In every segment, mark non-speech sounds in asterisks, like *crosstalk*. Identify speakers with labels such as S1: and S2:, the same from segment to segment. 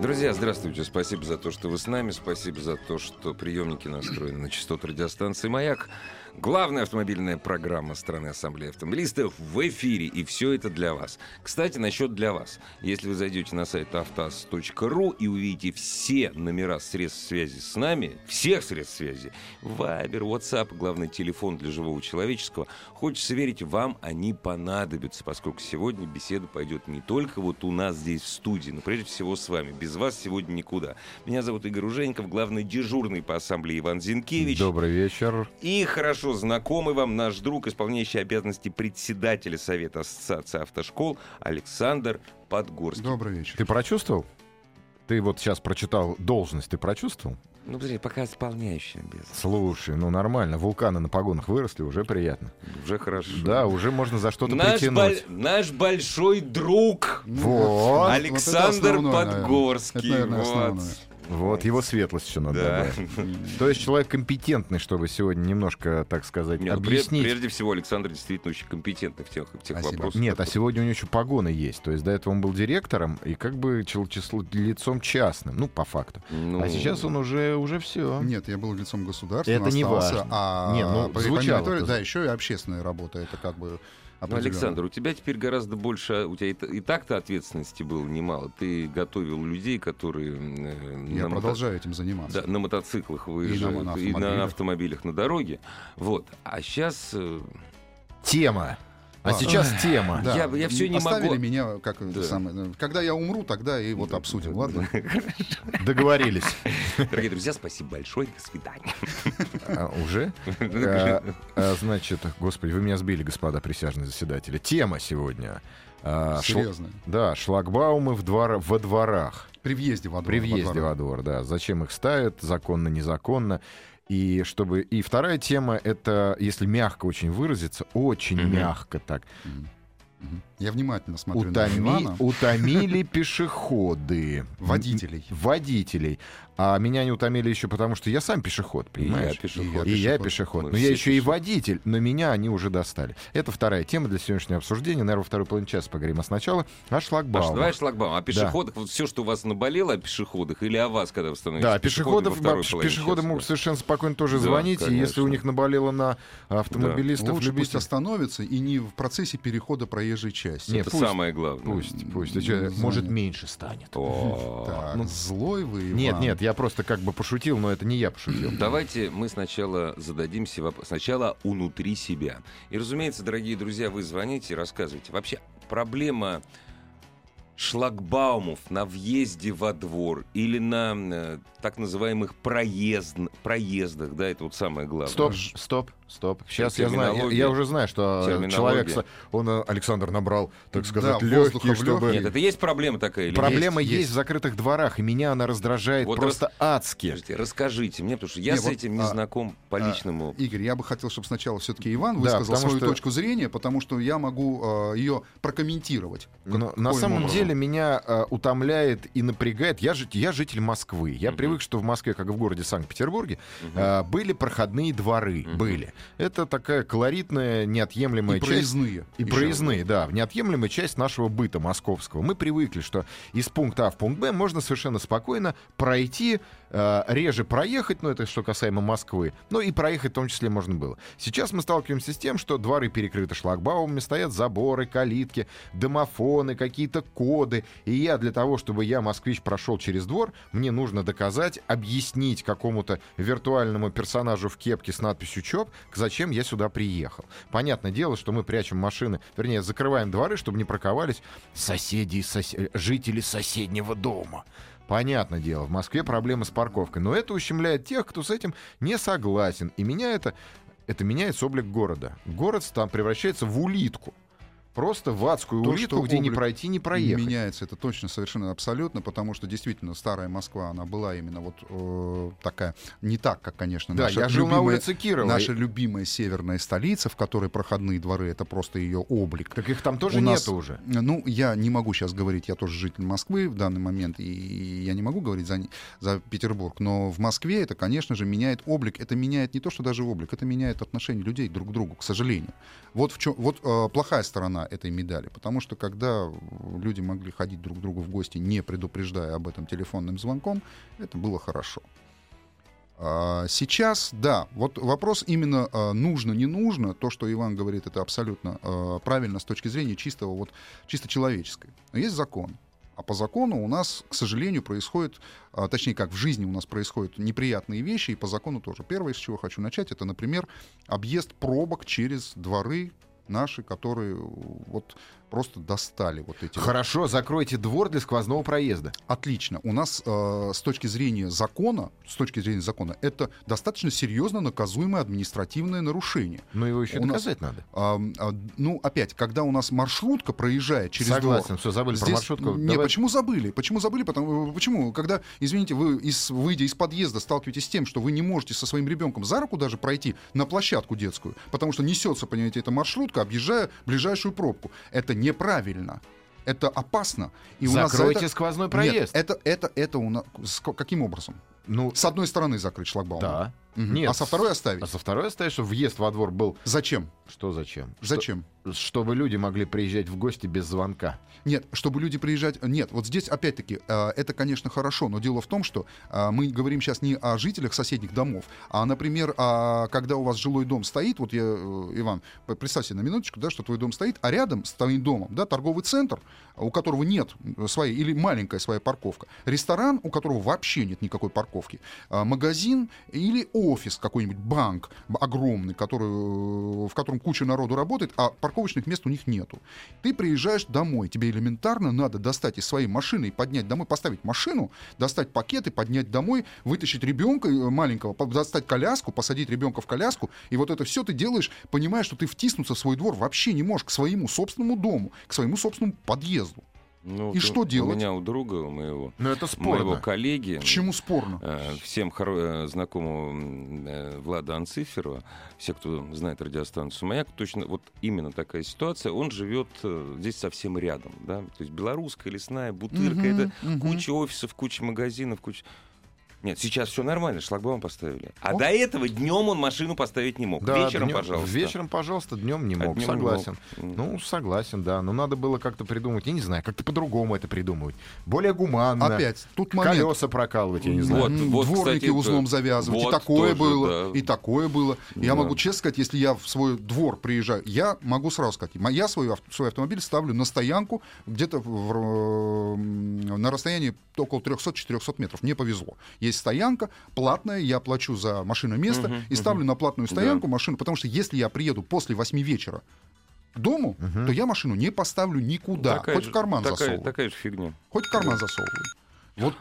S1: Друзья, здравствуйте. Спасибо за то, что вы с нами. Спасибо за то, что приемники настроены на частоту радиостанции «Маяк». Главная автомобильная программа страны Ассамблеи Автомобилистов в эфире. И все это для вас. Кстати, насчет для вас. Если вы зайдете на сайт автоаз.ру и увидите все номера средств связи с нами, всех средств связи, Вайбер, WhatsApp, главный телефон для живого человеческого, хочется верить, вам они понадобятся, поскольку сегодня беседа пойдет не только вот у нас здесь в студии, но прежде всего с вами. Без вас сегодня никуда. Меня зовут Игорь Ужеников, главный дежурный по ассамблее Иван Зинкевич.
S2: Добрый вечер.
S1: И хорошо знакомый вам наш друг, исполняющий обязанности председателя Совета Ассоциации Автошкол Александр Подгорский.
S3: Добрый вечер.
S2: Ты прочувствовал? Ты вот сейчас прочитал должность, ты прочувствовал?
S1: Ну, подожди, пока исполняющий обязанности.
S2: Слушай, ну нормально, вулканы на погонах выросли, уже приятно.
S1: Уже хорошо.
S2: Да, уже можно за что-то
S1: наш, боль-
S2: притянуть.
S1: наш большой друг
S3: Ну,
S2: Вот.
S3: это
S1: Александр
S3: основное, наверное.
S1: Подгорский.
S3: Это, наверное,
S1: вот.
S3: основное.
S2: Вот, его светлость еще надо
S1: Да.
S2: добавить. То есть человек компетентный, чтобы сегодня немножко, так сказать,
S1: Нет, ну, пре-
S2: объяснить.
S1: Прежде всего, Александр действительно очень компетентный в тех, в тех
S3: Спасибо.
S1: вопросах.
S2: Нет, а сегодня у него еще погоны есть. То есть до этого он был директором и как бы чел- число- лицом частным, ну, по факту.
S1: Ну,
S2: А сейчас он уже, уже все.
S3: Нет, я был лицом государства,
S2: Это не
S3: остался,
S2: важно.
S3: А
S2: Не, ну,
S3: по
S2: звучало
S3: рекламной
S2: это.
S3: да, еще и общественная работа, это как бы
S1: Ну,
S3: определенно.
S1: Александр, у тебя теперь гораздо больше, у тебя и, т- и так-то ответственности было немало. Ты готовил людей, которые э,
S3: я
S1: на, мото-
S3: продолжаю этим заниматься.
S1: да, на мотоциклах
S3: на
S1: выезжают, и, на,
S3: автомобилях.
S1: автомобилях на дороге. Вот. А сейчас
S2: Тема. А
S3: А,
S2: сейчас тема.
S1: Я- я всё не
S3: Оставили
S1: могу.
S3: меня как это
S1: Да.
S3: самое. ну, Когда я умру, тогда и вот обсудим. Ладно.
S2: Договорились.
S1: дорогие друзья, спасибо большое, до свидания.
S2: А,
S3: *laughs*
S2: уже? А, а, Значит, господи, вы меня сбили, господа присяжные заседатели. Тема сегодня. а, шл-
S3: Серьезно.
S2: Да, шлагбаумы в двор- во дворах.
S3: При въезде во двор.
S2: При
S3: во
S2: въезде
S3: двор.
S2: во двор, да. Зачем их ставят, законно, незаконно. И чтобы. И вторая тема это, если мягко очень выразиться, очень
S1: Мгм.
S2: мягко так.
S3: Мгм. Мгм. Я внимательно смотрю
S2: Утоми-
S3: на Ивана.
S2: Утомили пешеходы.
S3: *laughs* Водителей.
S2: Водителей. А меня не утомили еще потому, что я сам пешеход, понимаешь?
S1: пешеход.
S2: И я
S3: пешеход.
S2: пешеход.
S1: Мы
S2: но
S1: все
S2: я еще и
S1: пешеход.
S2: водитель, но меня они уже достали. Это вторая тема для сегодняшнего обсуждения. Наверное, во второй половине часа поговорим. А сначала о
S1: Паш,
S2: шлагбаумах.
S1: давай о шлагбаум. О пешеходах, вот все, что у вас наболело о пешеходах, или о вас, когда вы становитесь
S2: Да,
S1: пешеходом во
S2: пешеходов,
S1: второй
S2: вообще
S1: половине
S2: пешеходы
S1: часа,
S2: могут
S1: да.
S2: совершенно спокойно тоже
S1: Да,
S2: звонить, и если
S1: конечно.
S2: у них наболело на автомобилистов,
S3: Лучше пусть
S2: любителей-
S3: остановится и не в процессе перехода проезжей части.
S2: Нет,
S1: Это
S2: пусть-
S1: самое главное.
S2: Пусть, пусть. А чё,
S3: Звонят.
S2: может, меньше станет. *laughs*
S1: О.
S3: Так, злой вы, Иван.
S2: Нет, нет, я просто как бы пошутил, но это не я пошутил.
S1: Давайте мы сначала зададимся воп- сначала внутри себя. И, разумеется, дорогие друзья, вы звоните и рассказывайте. Вообще проблема шлагбаумов на въезде во двор или на э, так называемых проезд, проездах, да, это вот самое главное.
S2: Стоп, стоп, стоп. Сейчас я знаю, я- я,
S1: Терминология.
S2: уже знаю, что
S1: Терминология.
S2: человек, с- он э, Александр набрал, так
S3: Да,
S2: сказать,
S3: воздуха
S2: легкие,
S3: в
S2: чтобы
S1: Нет, это и есть проблема такая или нет?
S2: Проблема
S3: Есть,
S2: есть,
S3: есть.
S2: в закрытых дворах, и меня она раздражает
S1: Вот
S2: просто адски.
S1: Скажите, расскажите мне, потому что я
S3: Не,
S1: с
S3: вот,
S1: этим не
S3: а,
S1: знаком по
S3: а,
S1: личному опыту.
S3: Игорь, я бы хотел, чтобы сначала все-таки Иван
S2: Да,
S3: высказал
S2: потому
S3: свою
S2: что-
S3: точку зрения, потому что я могу ее прокомментировать.
S2: Но
S3: Как-
S2: на
S3: каким
S2: самом
S3: образом?
S2: деле меня э, утомляет и напрягает. Я, жит- я житель Москвы. Я
S1: Мгм.
S2: привык, что в Москве, как и в городе Санкт-Петербурге,
S1: Мгм.
S2: э, были проходные дворы.
S1: Мгм.
S2: Были. Это такая колоритная, неотъемлемая
S3: и
S2: часть.
S3: проездные.
S2: И
S3: Еще.
S2: проездные, да, неотъемлемая часть нашего быта московского. Мы привыкли, что из пункта А в пункт Б можно совершенно спокойно пройти, э, реже проехать, но это что касаемо Москвы, но и проехать в том числе можно было. Сейчас мы сталкиваемся с тем, что дворы перекрыты шлагбаумами, стоят заборы, калитки, домофоны, какие-то коды. И я для того, чтобы я, москвич, прошел через двор, мне нужно доказать, объяснить какому-то виртуальному персонажу в кепке с надписью ЧОП, зачем я сюда приехал. Понятное дело, что мы прячем машины, вернее, закрываем дворы, чтобы не парковались соседи, из сос- э, жители соседнего дома. Понятное дело, в Москве проблемы с парковкой, но это ущемляет тех, кто с этим не согласен. И меня это, это меняет облик города. Город там превращается в улитку. просто в адскую
S3: То,
S2: улитку,
S3: что
S2: где не
S3: облик
S2: пройти, не проехать.
S3: Меняется это точно, совершенно абсолютно, потому что действительно старая Москва, она была именно вот э, такая, не так, как, конечно,
S2: Да,
S3: наша
S2: я жил на
S3: любимая-
S2: улице Кирова.
S3: Наша любимая северная столица, в которой проходные дворы, это просто ее облик.
S2: Так их там тоже
S3: У
S2: нет
S3: нас-
S2: уже.
S3: Ну, я не могу сейчас говорить, я тоже житель Москвы в данный момент, и я не могу говорить за, за Петербург, но в Москве это, конечно же, меняет облик. Это меняет не то, что даже облик, это меняет отношение людей друг к другу, к сожалению. Вот, в чем, вот э, плохая сторона этой медали, потому что когда люди могли ходить друг к другу в гости, не предупреждая об этом телефонным звонком, это было хорошо. А, Сейчас, да, вот вопрос именно а, нужно, не нужно, то, что Иван говорит, это абсолютно а, правильно с точки зрения чистого, вот, чисто человеческой. Но есть закон. А по закону у нас, к сожалению, происходит, а, точнее, как в жизни у нас происходят неприятные вещи, и по закону тоже. Первое, с чего хочу начать, это, например, объезд пробок через дворы наши, которые вот просто достали вот эти вот
S2: Хорошо, закройте двор для сквозного проезда.
S3: Отлично. У нас э, с точки зрения закона, с точки зрения закона, это достаточно серьезно наказуемое административное нарушение.
S2: Но Ну, его еще
S3: У нас-
S2: доказать надо.
S3: Ам, а, ну, опять, когда у нас маршрутка проезжает через
S2: Согласен,
S3: двор,
S2: все, забыли про
S3: здесь-
S2: маршрутку.
S3: Не,
S2: Давай-
S3: почему забыли? Почему забыли? Потому, э, почему? Когда, извините, вы, из, выйдя из подъезда, сталкиваетесь с тем, что вы не можете со своим ребенком за руку даже пройти на площадку детскую, потому что несется, понимаете, эта маршрутка, объезжая ближайшую пробку. Это неправильно. Это опасно. И у нас за
S2: Закройте
S3: это-
S2: сквозной
S3: Нет,
S2: проезд.
S3: это, это, это у нас... с ко- Каким образом?
S2: Ну,
S3: С одной стороны закрыть шлагбаум.
S2: да.
S3: Мгм.
S2: Нет.
S3: А со второй оставить?
S2: А со второй остаешь, что въезд во двор был...
S3: Зачем?
S2: Что зачем? Что-
S3: Зачем?
S2: Чтобы люди могли приезжать в гости без звонка.
S3: Нет, чтобы люди приезжать... Нет, вот здесь опять-таки, э, это, конечно, хорошо, но дело в том, что э, мы говорим сейчас не о жителях соседних домов, а, например, о- когда у вас жилой дом стоит, вот я, э, Иван, п- представь себе на минуточку, да, что твой дом стоит, а рядом с твоим домом, да, торговый центр, у которого нет э, своей, или маленькая своя парковка, ресторан, у которого вообще нет никакой парковки, э, магазин или офис какой-нибудь, банк б- огромный, который, э, в котором куча народу работает, а парковочных мест у них нету. Ты приезжаешь домой, тебе элементарно надо достать из своей машины и поднять домой, поставить машину, достать пакеты, поднять домой, вытащить ребенка э, маленького, по- достать коляску, посадить ребенка в коляску, и вот это все ты делаешь, понимая, что ты втиснуться в свой двор вообще не можешь, к своему собственному дому, к своему собственному подъезду.
S1: Ну,
S3: И
S1: вот
S3: что
S1: у- У
S3: делать?
S1: меня у друга у моего,
S3: Ну,
S2: Но это
S1: моего
S2: спорно.
S1: коллеги.
S3: Почему спорно?
S1: э, Всем хоро- э, знакомого э, Влада Анциферова, все, кто знает радиостанцию «Маяк», точно вот именно такая ситуация. Он живет э, здесь совсем рядом, да, то есть белорусская лесная бутырка,
S3: Мгм,
S1: это
S3: мгм.
S1: куча офисов, куча магазинов, куча... Нет, сейчас все нормально, шлагбаум поставили. А
S3: О.
S1: до этого днем он машину поставить не мог.
S2: Да,
S1: вечером,
S2: днём-
S1: пожалуйста.
S2: Вечером, пожалуйста, днем не
S1: А
S2: мог.
S1: днём не
S2: согласен.
S1: Мгм.
S2: Ну, согласен, да. Но надо было как-то придумать, я не знаю, как-то по-другому это придумывать. Более гуманно.
S3: Опять, тут момент.
S2: Колеса прокалывать, я не знаю.
S1: Вот,
S3: М,
S1: вот,
S3: Дворники
S1: кстати, это-
S3: узлом завязывать.
S1: вот
S3: и такое
S1: тоже,
S3: было,
S1: да.
S3: и такое было. Я
S1: Да.
S3: могу честно сказать, если я в свой двор приезжаю, я могу сразу сказать, м- я свой, авт- свой автомобиль ставлю на стоянку где-то в р- м, на расстоянии около 300-400 метров. Мне повезло. Есть стоянка платная, я плачу за машину место
S1: Мгм,
S3: и ставлю на платную
S1: Да.
S3: стоянку машину, потому что если я приеду после 8 вечера к дому,
S2: Мгм.
S3: то я машину не поставлю никуда,
S1: Такая
S3: хоть
S1: же-
S3: в карман
S1: такая-
S3: засовываю.
S1: Такая же фигня.
S3: Хоть в карман засовывай. Вот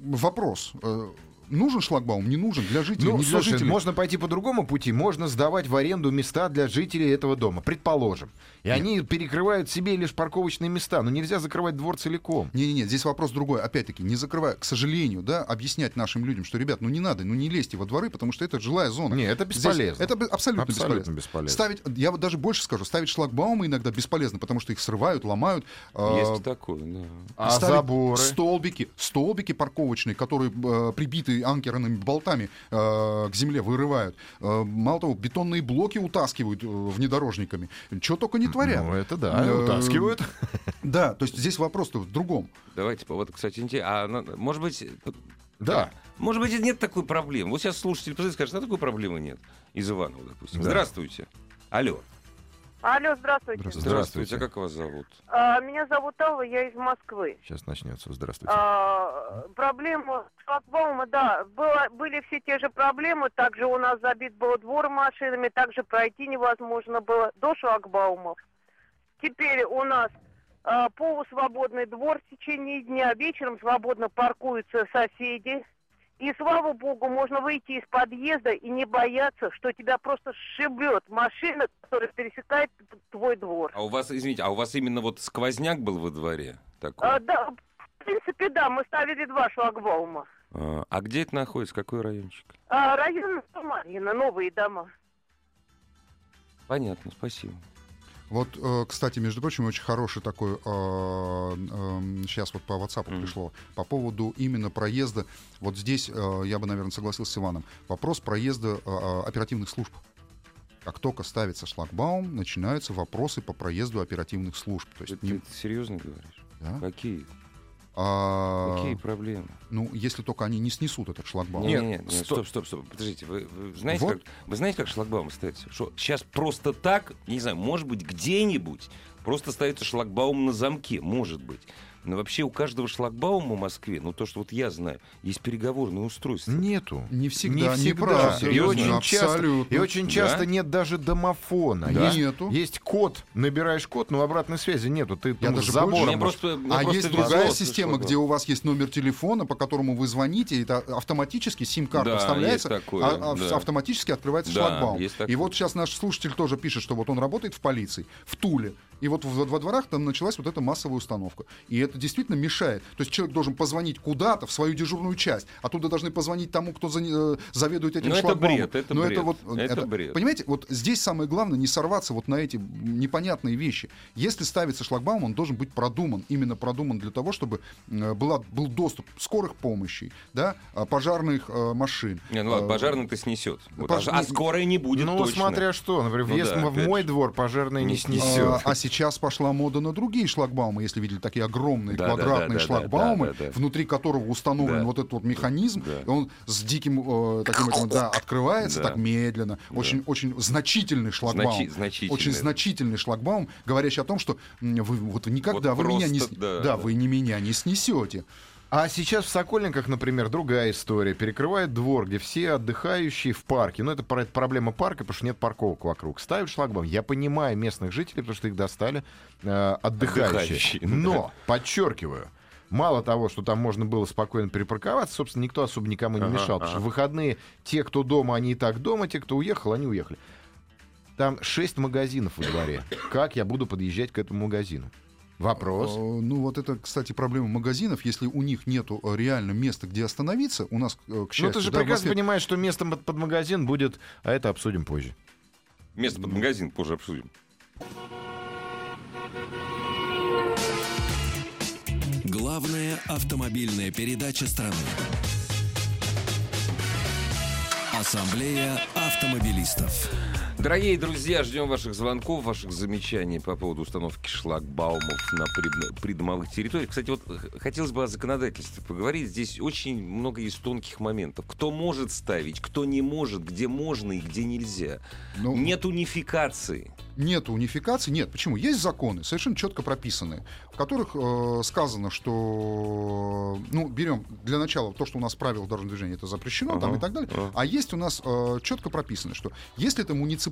S3: вопрос. э, Нужен шлагбаум, не нужен для жителей,
S2: Ну,
S3: не для
S2: слушай,
S3: жителей.
S2: можно пойти по другому пути. Можно сдавать в аренду места для жителей этого дома, предположим. И они перекрывают себе лишь парковочные места. Но нельзя закрывать двор целиком.
S3: Не-не-не, здесь вопрос другой. Опять-таки, не закрывая, к сожалению, да, объяснять нашим людям, что, ребят, ну не надо, ну не лезьте во дворы, потому что это жилая зона.
S2: Не, это
S3: Ну, Здесь
S2: бесполезно.
S3: это бе- абсолютно,
S2: Абсолютно
S3: бесполезно.
S2: бесполезно.
S3: Ставить, я вот даже больше скажу, ставить шлагбаумы иногда бесполезно, потому что их срывают, ломают. э,
S1: Есть такое, да.
S2: А
S3: ставить
S2: заборы?
S3: Столбики, столбики парковочные, которые э, прибиты анкерными болтами э, к земле вырывают. Э, мало того, бетонные блоки утаскивают э, внедорожниками. Чего только не творят.
S2: Ну, это да,
S3: Э,
S2: утаскивают.
S3: Да, то есть здесь вопрос-то в другом.
S1: Давайте, по- вот, кстати, инте- а на- может быть, п-
S2: Да.
S1: может быть, и нет такой проблемы. Вот сейчас слушатель позвонит, скажет, что такой проблемы нет. Из Иванова, допустим.
S2: Да.
S1: Здравствуйте. Алло.
S4: Алло, здравствуйте.
S2: Здравствуйте.
S1: А как вас зовут?
S4: А, меня зовут Алла, я из Москвы.
S2: Сейчас начнется. Здравствуйте.
S4: А, проблема шлагбаума, да, было, были все те же проблемы, также у нас забит был двор машинами, также пройти невозможно было до шлагбаумов. Теперь у нас а, полусвободный двор в течение дня, вечером свободно паркуются соседи, И слава богу, можно выйти из подъезда и не бояться, что тебя просто сшибет машина, которая пересекает твой двор.
S1: А у вас, извините, а у вас именно вот сквозняк был во дворе? Такой?
S4: А, да, в принципе, да, мы ставили два шлагбаума.
S1: А, а где это находится? Какой райончик?
S4: А, район Самарина, новые дома.
S1: Понятно, спасибо.
S3: Вот, э, кстати, между прочим, очень хороший такой, э, э, сейчас вот по WhatsApp
S1: Мгм.
S3: пришло, по поводу именно проезда, вот здесь э, я бы, наверное, согласился с Иваном, вопрос проезда э, оперативных служб. Как только ставится шлагбаум, начинаются вопросы по проезду оперативных служб. То
S1: Ты,
S3: есть, не-
S1: ты серьезно говоришь?
S3: да?
S1: Какие?
S3: А,
S1: Какие проблемы?
S3: ну, если только они не снесут этот шлагбаум.
S1: Не,
S2: Нет,
S1: не, не,
S2: стоп.
S1: стоп, стоп, стоп. Подождите, вы, вы знаете,
S3: Вот.
S1: как, вы знаете, как шлагбаум ставится? Что сейчас просто так, не знаю, может быть, где-нибудь просто ставится шлагбаум на замке, может быть. Но вообще у каждого шлагбаума в Москве, ну то, что вот я знаю, есть переговорное устройство.
S2: Нету.
S3: Не всегда,
S2: не всегда.
S3: неправда.
S2: И очень,
S3: Серьезно?
S2: часто,
S3: Абсолютно.
S2: и очень часто
S1: Да?
S2: нет даже домофона.
S3: Да.
S2: Есть,
S3: Нету.
S2: есть код, набираешь код, но обратной связи нету. Ты там
S3: даже
S2: с
S3: больше-
S1: Мне
S2: забором. можешь-
S1: просто- мне
S3: А
S1: просто
S3: есть
S1: везло
S3: другая
S1: со
S3: система,
S1: шлагбаумом.
S3: где у вас есть номер телефона, по которому вы звоните, и это автоматически сим-карта
S1: Да,
S3: вставляется,
S1: есть такое,
S3: а- а
S1: да.
S3: автоматически открывается
S1: Да,
S3: шлагбаум.
S1: есть такое.
S3: И вот сейчас наш слушатель тоже пишет, что вот он работает в полиции, в Туле, и вот во, во дворах там началась вот эта массовая установка. И это действительно мешает. То есть человек должен позвонить куда-то, в свою дежурную часть. Оттуда должны позвонить тому, кто зани- э, заведует этим
S1: Ну, это
S3: шлагбаумом.
S1: бред, это
S3: Но
S1: бред,
S3: это вот...
S1: это бред.
S3: Понимаете, вот здесь самое главное не сорваться вот на эти непонятные вещи. Если ставится шлагбаум, он должен быть продуман, именно продуман для того, чтобы э, была, был доступ скорых помощей, да, а, пожарных э, машин.
S1: Не, ну ладно,
S3: Э,
S1: пожарный-то снесет. Вот,
S3: пож-
S1: А скорая не будет
S2: ну,
S1: точно.
S2: смотря что. Например,
S1: Ну
S2: если
S1: да,
S2: мы в
S1: опять
S2: мой
S1: же.
S2: двор пожарный не
S3: а,
S1: Не снесет.
S2: снесет.
S3: А сейчас пошла мода на другие шлагбаумы, если видели такие огромные
S1: Да, да, да, да,
S3: квадратные
S1: да,
S3: шлагбаумы,
S1: да, да, да.
S3: внутри которого установлен
S1: Да.
S3: вот этот вот механизм,
S1: Да.
S3: и он с диким э, таким этим, да, открывается
S1: Да.
S3: так медленно, очень очень значительный шлагбаум,
S1: Значи- значительный.
S3: очень значительный шлагбаум, говорящий о том, что м, вы вот вы никогда
S1: Вот
S3: вы меня не
S1: просто,
S3: сн-
S1: да, да.
S3: да, вы не меня не снесете.
S2: А сейчас в Сокольниках, например, другая история. Перекрывает двор, где все отдыхающие в парке. Ну, это про- это проблема парка, потому что нет парковок вокруг. Ставят шлагбаум. Я понимаю местных жителей, потому что их достали э, отдыхающие.
S1: Отдыхающие, да.
S2: Но, подчеркиваю, мало того, что там можно было спокойно перепарковаться, собственно, никто особо никому не
S1: Ага,
S2: мешал. Потому
S1: ага.
S2: что в выходные те, кто дома, они и так дома, те, кто уехал, они уехали. Там шесть магазинов во дворе. Как я буду подъезжать к этому магазину? Вопрос.
S3: Э, Ну вот это, кстати, проблема магазинов. Если у них нету э, реально места, где остановиться, у нас, э, к счастью,
S2: ну, ты же
S3: да, в
S2: прекрасно
S3: Москве-
S2: понимаешь, что местом под, под магазин будет, а это обсудим позже.
S1: Место под магазин позже обсудим.
S5: Главная автомобильная передача страны. Ассамблея автомобилистов.
S1: Дорогие друзья, ждем ваших звонков, ваших замечаний по поводу установки шлагбаумов на придно- придомовых территориях. Кстати, вот э, хотелось бы о законодательстве поговорить. Здесь очень много из тонких моментов. Кто может ставить, кто не может, где можно и где нельзя.
S3: Ну,
S1: Нет унификации.
S3: нет унификации. Нет, почему? Есть законы, совершенно четко прописанные, в которых э, сказано, что... Ну, берем для начала то, что у нас правила дорожного движения, это запрещено, там
S1: Ага,
S3: и так далее.
S1: ага.
S3: А есть у нас э, четко прописано, что если это муниципальная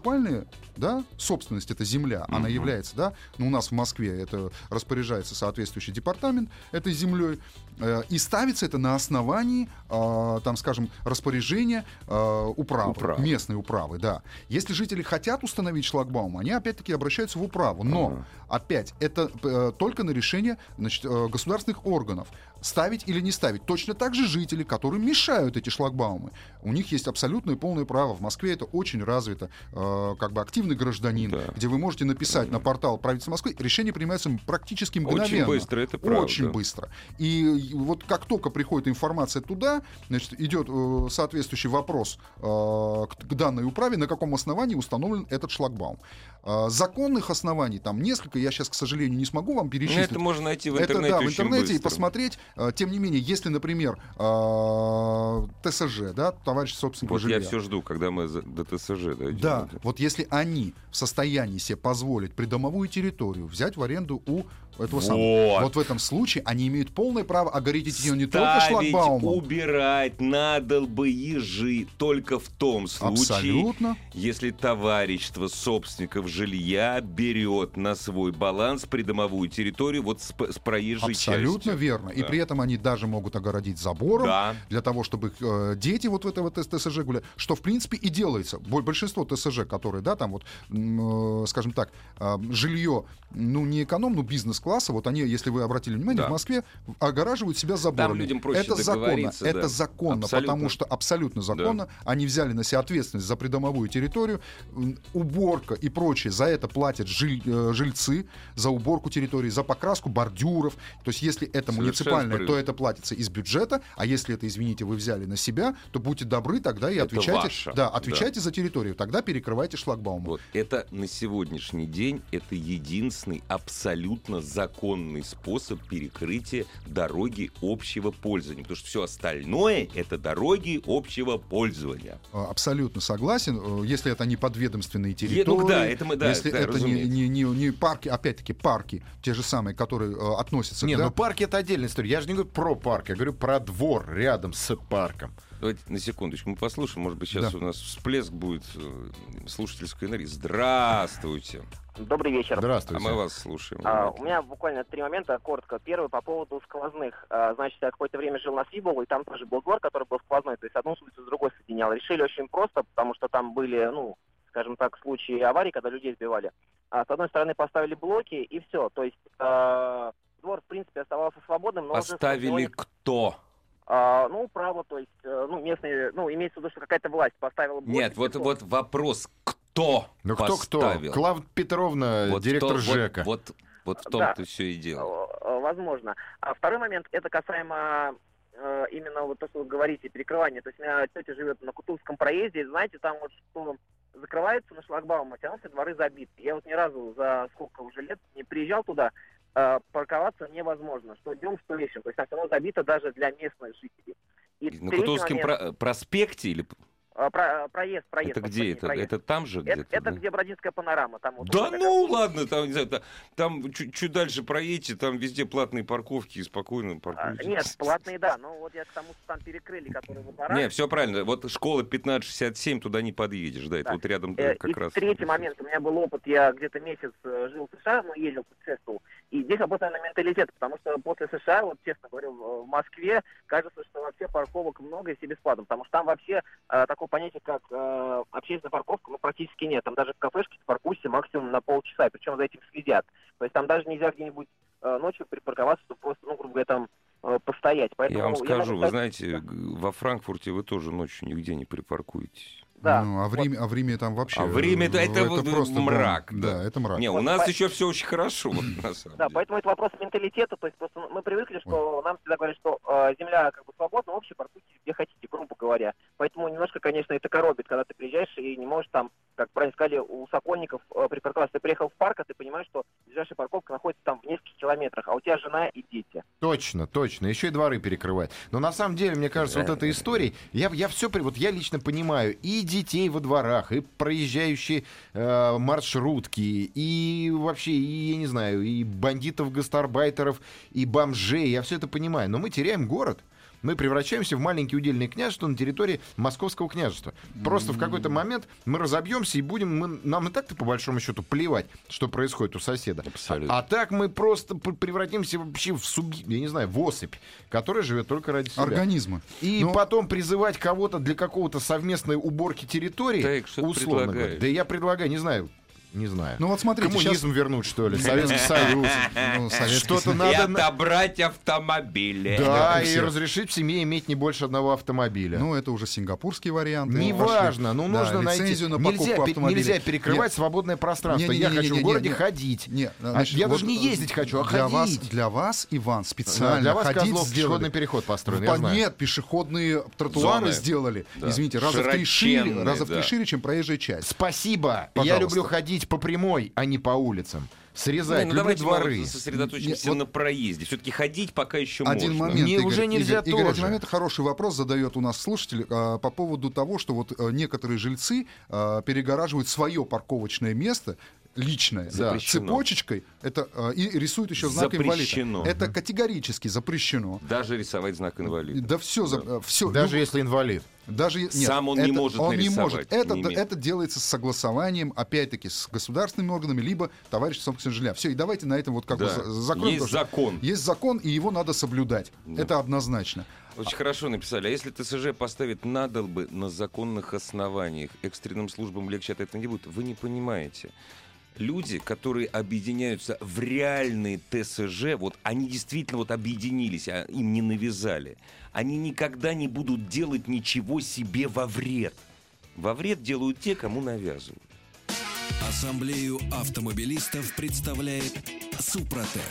S3: да, собственность, это земля, она
S1: Мгм.
S3: является, да, ну, у нас в Москве это распоряжается соответствующий департамент этой землей, э, и ставится это на основании, э, там, скажем, распоряжения э, управы,
S1: Управы.
S3: местной управы, да. Если жители хотят установить шлагбаум, они опять-таки обращаются в управу, но,
S1: Ага.
S3: опять, это э, только на решение значит, э, государственных органов, ставить или не ставить. Точно так же жители, которые мешают эти шлагбаумы, у них есть абсолютное и полное право. В Москве это очень развито, э, как бы активный гражданин,
S1: Да.
S3: где вы можете написать на портал правительства Москвы, решение принимается практически А мгновенно.
S1: Очень быстро, это правда.
S3: Очень быстро. И вот как только приходит информация туда, значит, идет э, соответствующий вопрос э, к, к данной управе, на каком основании установлен этот шлагбаум. Э, законных оснований там несколько, я сейчас, к сожалению, не смогу вам
S1: Ну,
S3: перечислить.
S1: это можно найти в
S3: Это,
S1: интернете
S3: да, в
S1: очень
S3: интернете и
S1: быстро.
S3: посмотреть. Э, Тем не менее, если, например, э, ТСЖ, да, товарищ собственник
S1: Вот
S3: жилья,
S1: я все жду, когда мы за- до ТСЖ дойдем.
S3: да, вот если они в состоянии себе позволить придомовую территорию взять в аренду у этого самого,
S1: Вот.
S3: вот в этом случае они имеют полное право огореть ее не только
S1: Ставить,
S3: шлагбаумом,
S1: убирать, надолбы, ежи только в том случае,
S3: абсолютно.
S1: если товарищество собственников жилья берет на свой баланс придомовую территорию вот с, п- с проезжей
S3: Абсолютно
S1: частью.
S3: верно. И
S1: Да.
S3: при этом они даже могут огородить забором.
S1: Да.
S3: для того, чтобы их, э, дети вот в это вот ТСЖ гуляли, что в принципе и делается. Бо- Большинство ТСЖ, которые, да, там вот, м, э, скажем так, э, жилье, ну не эконом, ну бизнес-класса, вот они, если вы обратили внимание,
S1: Да.
S3: в Москве огораживают себя заборами.
S1: людям проще
S3: это законно,
S1: договориться,
S3: это
S1: да.
S3: законно,
S1: Абсолютно.
S3: потому что абсолютно законно. Они взяли на себя ответственность за придомовую территорию, м, уборка и прочее. За это платят жиль- э, жильцы за уборку территории, за покраску бордюров. То есть если это
S1: Совершенно
S3: муниципальное, то
S1: справедливо.
S3: это платится из бюджета, а если это, извините, вы взяли на себя, то будьте добры тогда и
S1: Это
S3: отвечайте.
S1: ваше.
S3: Да, отвечайте за территорию, тогда перекрывайте шлагбаум.
S1: Вот. Это на сегодняшний день это единственный абсолютно законный способ перекрытия дороги общего пользования. Потому что все остальное это дороги общего пользования.
S3: Э, Абсолютно согласен. Э, Если это не подведомственные
S1: Е-
S3: территории,
S1: ну да, это мы- да,
S3: если
S1: да,
S3: это не,
S1: разумеется.
S3: не- не- не парки, опять-таки парки, те же самые, которые э, относятся
S2: Не,
S3: да,
S2: ну парки это отдельная история. Я же не говорю про парк, я говорю про двор рядом с парком.
S1: Давайте на секундочку мы послушаем. Может быть, сейчас
S3: Да.
S1: у нас всплеск будет э, слушательской энергии. Здравствуйте.
S6: Добрый вечер.
S1: А
S2: Здравствуйте.
S1: мы вас слушаем.
S6: А, у меня буквально три момента, коротко. Первый по поводу сквозных. А, значит, я какое-то время жил на Сиболу, и там тоже был двор, который был сквозной, то есть одну улицу с другой соединял. Решили очень просто, потому что там были, ну, скажем так, случаи аварий, когда людей сбивали. А, с одной стороны поставили блоки, и все. То есть э, двор, в принципе, оставался свободным, но уже
S1: Поставили
S6: сквозной-
S1: кто?
S6: А, ну, право, то есть, э, ну, местные, ну, имеется в виду, что какая-то власть поставила блоки.
S1: Нет, вот,
S6: всё.
S1: вот вопрос, кто
S2: Ну кто кто?
S1: поставил?
S2: Клава Петровна,
S1: Вот
S2: директор
S1: кто- вот-
S2: ЖЭКа.
S1: Вот, вот в
S6: Да.
S1: том-то все и дело.
S6: Э, Возможно. А второй момент, это касаемо э, именно вот то, что вы говорите, перекрывания. То есть у меня тетя живет на Кутузском проезде, и знаете, там вот что закрывается на шлагбаум, а все равно все дворы забиты. Я вот ни разу за сколько уже лет не приезжал туда, э, парковаться невозможно. Что днем, что вечером. То есть там все равно забито даже для местных жителей. И
S1: На
S6: третий
S1: Кутузском
S6: момент,
S1: про- проспекте или
S6: э, про- проезд, проезд.
S1: это где
S6: последний
S1: это?
S6: проезд.
S1: Это там же
S6: Это-
S1: где-то?
S6: это
S1: да?
S6: где Бродинская панорама. Там вот
S1: Да
S6: такая
S1: ну ладно, там, не знаю, та- там чуть, чуть дальше проедете, там везде платные парковки, и спокойно
S6: А,
S1: паркуйтесь.
S6: Нет, платные, да. Но вот я к тому, что там перекрыли, которые во дворах.
S1: Не, все правильно. Вот школа 1567, туда не подъедешь. Да, это
S6: Да.
S1: вот рядом
S6: Э,
S1: как
S6: и
S1: раз.
S6: третий момент. У меня был опыт. Я где-то месяц э, жил в США, но ездил, путешествовал. И здесь работаю на менталитет, потому что после США, вот честно говорю, в в Москве кажется, что вообще парковок много и все бесплатно, потому что там вообще э, такого понятия, как э, общественная парковка, ну, практически нет. Там даже в кафешке ты паркуешься максимум на полчаса, причем за этим следят. То есть там даже нельзя где-нибудь э, ночью припарковаться, чтобы просто, ну, грубо говоря, там э, постоять. Поэтому
S1: Я вам
S6: даже
S1: скажу, вы
S6: так-
S1: знаете, г- во Франкфурте вы тоже ночью нигде не припаркуетесь.
S6: да.
S3: Ну, а, в
S6: Вот.
S3: Риме, а в Риме там вообще...
S1: А в Риме это-
S3: э,
S1: это вот
S3: да,
S1: мрак,
S3: Да,
S1: да.
S3: это мрак.
S1: Не, у
S6: Вот
S1: нас
S6: по-
S1: еще все очень хорошо, вот, на самом
S6: Да,
S1: деле.
S6: поэтому это вопрос менталитета, то есть просто мы привыкли, что нам всегда говорят, что э, земля как бы свободна, вообще паркуйтесь где хотите, грубо говоря. Поэтому немножко, конечно, это коробит, когда ты приезжаешь и не можешь там, как правильно сказали, у сокольников э, припарковаться. Ты приехал в парк, а ты понимаешь, что ближайшая парковка находится там в нескольких километрах, а у тебя жена и дети.
S2: Точно, точно. Еще и дворы перекрывает. Но на самом деле, мне кажется, вот эта история, я, я все, вот я лично понимаю и детей во дворах, и проезжающие э, маршрутки, и вообще, и, я не знаю, и бандитов, гастарбайтеров, и бомжей, я все это понимаю. Но мы теряем город. Мы превращаемся в маленький удельное княжество на территории Московского княжества. Просто в какой-то момент мы разобьемся и будем... мы- нам и так-то, по большому счету, плевать, что происходит у соседа.
S1: Абсолютно.
S2: А так мы просто п- превратимся вообще в суб... я не знаю, в особь, которая живет только ради себя.
S3: Организмы.
S2: И
S3: Ну,
S2: потом призывать кого-то для какого-то совместной уборки территории,
S1: Так, что ты
S2: условно говоря.
S1: предлагаешь?
S2: Да я предлагаю, не знаю, не знаю.
S3: Ну вот смотрите,
S2: Коммунизм вернуть, что ли?
S1: *laughs*
S2: Советский Союз.
S3: сейчас ну, советский
S2: Что-то
S3: Союз.
S1: И
S2: надо... на-
S1: отобрать автомобили. ну,
S2: Да,
S3: как у
S2: и
S3: всех.
S2: разрешить в семье иметь не больше одного автомобиля.
S3: Ну, это уже сингапурские варианты.
S2: Неважно, но
S3: Да,
S2: нужно найти.
S3: лицензию на покупку
S2: нельзя, пе-
S3: автомобилей.
S2: нельзя перекрывать свободное пространство.
S3: Не-не-не-не-не-не-не.
S2: я хочу в городе ходить. А
S3: Нет,
S2: я даже не ездить хочу, а
S3: для
S2: ходить.
S3: Вас, для вас, Иван,
S2: Да,
S3: специально
S2: Для вас,
S3: ходить
S2: Козлов,
S3: сделали.
S2: пешеходный переход построен, я
S3: Впа-
S2: знаю.
S3: Нет, пешеходные тротуары
S1: Зоны.
S3: сделали.
S1: Да.
S3: Извините, раза в три шире,
S1: Широченные,
S3: раза в три
S1: да.
S3: шире, чем проезжая часть.
S2: Спасибо. Я
S3: Пожалуйста.
S2: люблю ходить по прямой, а не по улицам. Срезать,
S1: Не,
S2: люблю
S1: ну давайте мы
S2: дворы.
S1: вот сосредоточимся
S3: Не, вот-
S1: на проезде. Все-таки ходить пока еще
S3: Один
S1: можно.
S3: момент.
S2: Не,
S3: Игорь,
S2: уже нельзя
S3: Игорь, Игорь,
S2: тоже.
S3: один момент хороший вопрос задает у нас слушатель а, по поводу того, что вот э, некоторые жильцы а, перегораживают свое парковочное место личное,
S1: Запрещено.
S3: цепочечкой, это э, и рисует еще знак
S1: Запрещено.
S3: инвалида. Это категорически запрещено.
S1: Даже рисовать знак инвалида.
S3: Да все, все.
S1: Ну,
S2: Даже если инвалид.
S3: Ну, Даже е- нет,
S1: Сам он не
S3: это-
S1: может
S3: он не
S1: нарисовать,
S3: может. Это,
S1: не
S3: д-
S1: имеет.
S3: это делается с согласованием, опять-таки, с государственными органами, либо товарищ собственно жилья. Все, и давайте на этом вот как бы
S1: Да.
S3: за- закроем.
S1: Есть
S3: потому что
S1: закон.
S3: Есть закон, и его надо соблюдать.
S1: Да.
S3: Это однозначно.
S1: Очень хорошо написали. А если ТСЖ поставит надолбы на законных основаниях, экстренным службам легче от этого не будет. Вы не понимаете. Люди, которые объединяются в реальные ТСЖ, вот они действительно вот объединились, а им не навязали. Они никогда не будут делать ничего себе во вред. Во вред делают те, кому навязывают.
S5: Ассамблею автомобилистов представляет Супротек.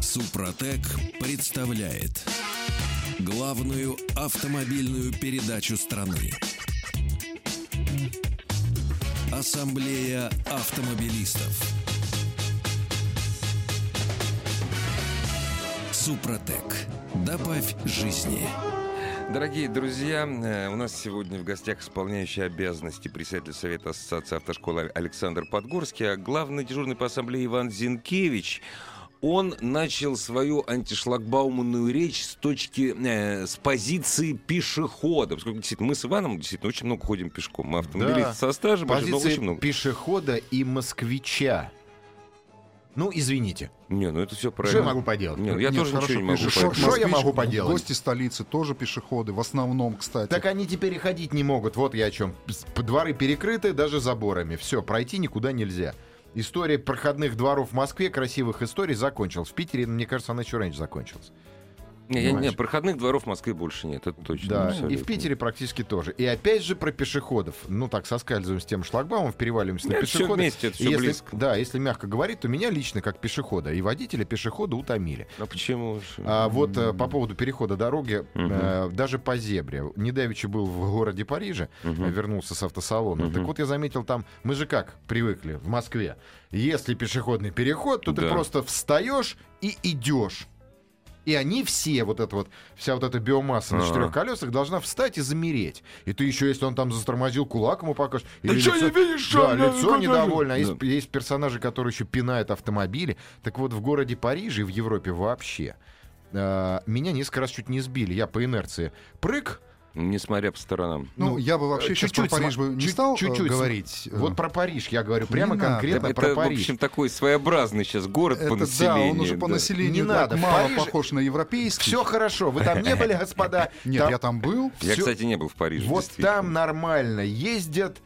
S5: Супротек представляет главную автомобильную передачу страны. Ассамблея автомобилистов. Супротек. Добавь жизни.
S1: Дорогие друзья, э, у нас сегодня в гостях исполняющий обязанности председатель Совета Ассоциации автошколы Александр Подгорский, а главный дежурный по ассамблее Иван Зинкевич. Он начал свою антишлагбаумную речь с точки, э, с позиции пешехода. Поскольку действительно, мы с Иваном действительно очень много ходим пешком. Мы автомобилисты
S2: Да.
S1: со стажем, очень много, очень
S2: Позиция
S1: много.
S2: пешехода и москвича. Ну, извините.
S1: Не, ну это все
S2: Что
S1: правильно.
S2: я могу поделать?
S1: Не, ну я
S3: Нет,
S1: тоже
S3: хорошо,
S1: ничего не могу.
S3: пишешь.
S1: поэтому-
S2: Что я
S3: Москвич,
S2: могу поделать?
S3: Гости столицы тоже пешеходы, в основном, кстати.
S2: Так они теперь и ходить не могут. Вот я о чем. С- Дворы перекрыты даже заборами. Все, пройти никуда нельзя. История проходных дворов в Москве, красивых историй, закончилась. В Питере, мне кажется, она еще раньше закончилась.
S1: Не, я- не,
S2: Понимаешь?
S1: проходных дворов в Москве больше нет, это точно. Ну,
S2: Да, и
S1: абсолютно.
S2: в Питере практически тоже. И опять же про пешеходов. Ну так, соскальзываем с тем шлагбаумом, переваливаемся на
S1: Нет, всё
S2: пешеходов.
S1: вместе, это
S2: И
S1: всё
S2: если-
S1: близко.
S2: Да, если мягко говорить, то меня лично, как пешехода, и водителя пешехода утомили.
S1: А почему? же?
S2: А вот э, по поводу перехода дороги,
S1: Мгм.
S2: э, даже по зебре. Недавеча был в городе Париже,
S1: Мгм.
S2: э, вернулся с автосалона.
S1: Мгм.
S2: Так вот я заметил там, мы же как привыкли в Москве. Если пешеходный переход, то ты
S1: Да.
S2: просто встаешь и идешь. И они все, вот это вот, вся вот эта биомасса на
S1: Ага.
S2: четырех колесах должна встать и замереть. И ты еще, если он там затормозил, кулак ему покажешь.
S1: Да
S2: Или
S1: чё
S2: лицо-
S1: не видишь, что
S2: да,
S1: у меня
S2: лицо
S1: какой-то-
S2: недовольно. А
S1: Да.
S2: Есть, есть персонажи, которые еще пинают автомобили. Так вот, в городе Париже и в Европе вообще э, меня несколько раз чуть не сбили. Я по инерции прыг.
S1: Ну, Не смотря по сторонам.
S3: Ну,
S2: ну,
S3: я бы вообще сейчас про
S2: чуть-чуть
S3: Париж
S2: сма-
S3: бы не
S2: чуть-
S3: стал э,
S2: чуть-чуть см-
S3: говорить.
S1: Э,
S2: Вот про Париж я говорю, прямо
S3: надо.
S2: конкретно
S1: это,
S2: а про
S1: в
S2: Париж.
S1: общем, такой своеобразный сейчас город
S3: это,
S1: по
S3: да,
S1: населению.
S3: он уже по
S1: да.
S3: населению
S2: Не
S3: так
S2: надо, в
S3: мало
S2: Париже-
S3: похож на европейский.
S2: Все хорошо, вы там не были, господа.
S3: Нет,
S2: Там-
S3: я там был.
S1: Я,
S2: всё-
S1: кстати, не был в Париже.
S2: Вот
S1: действительно.
S2: там нормально ездят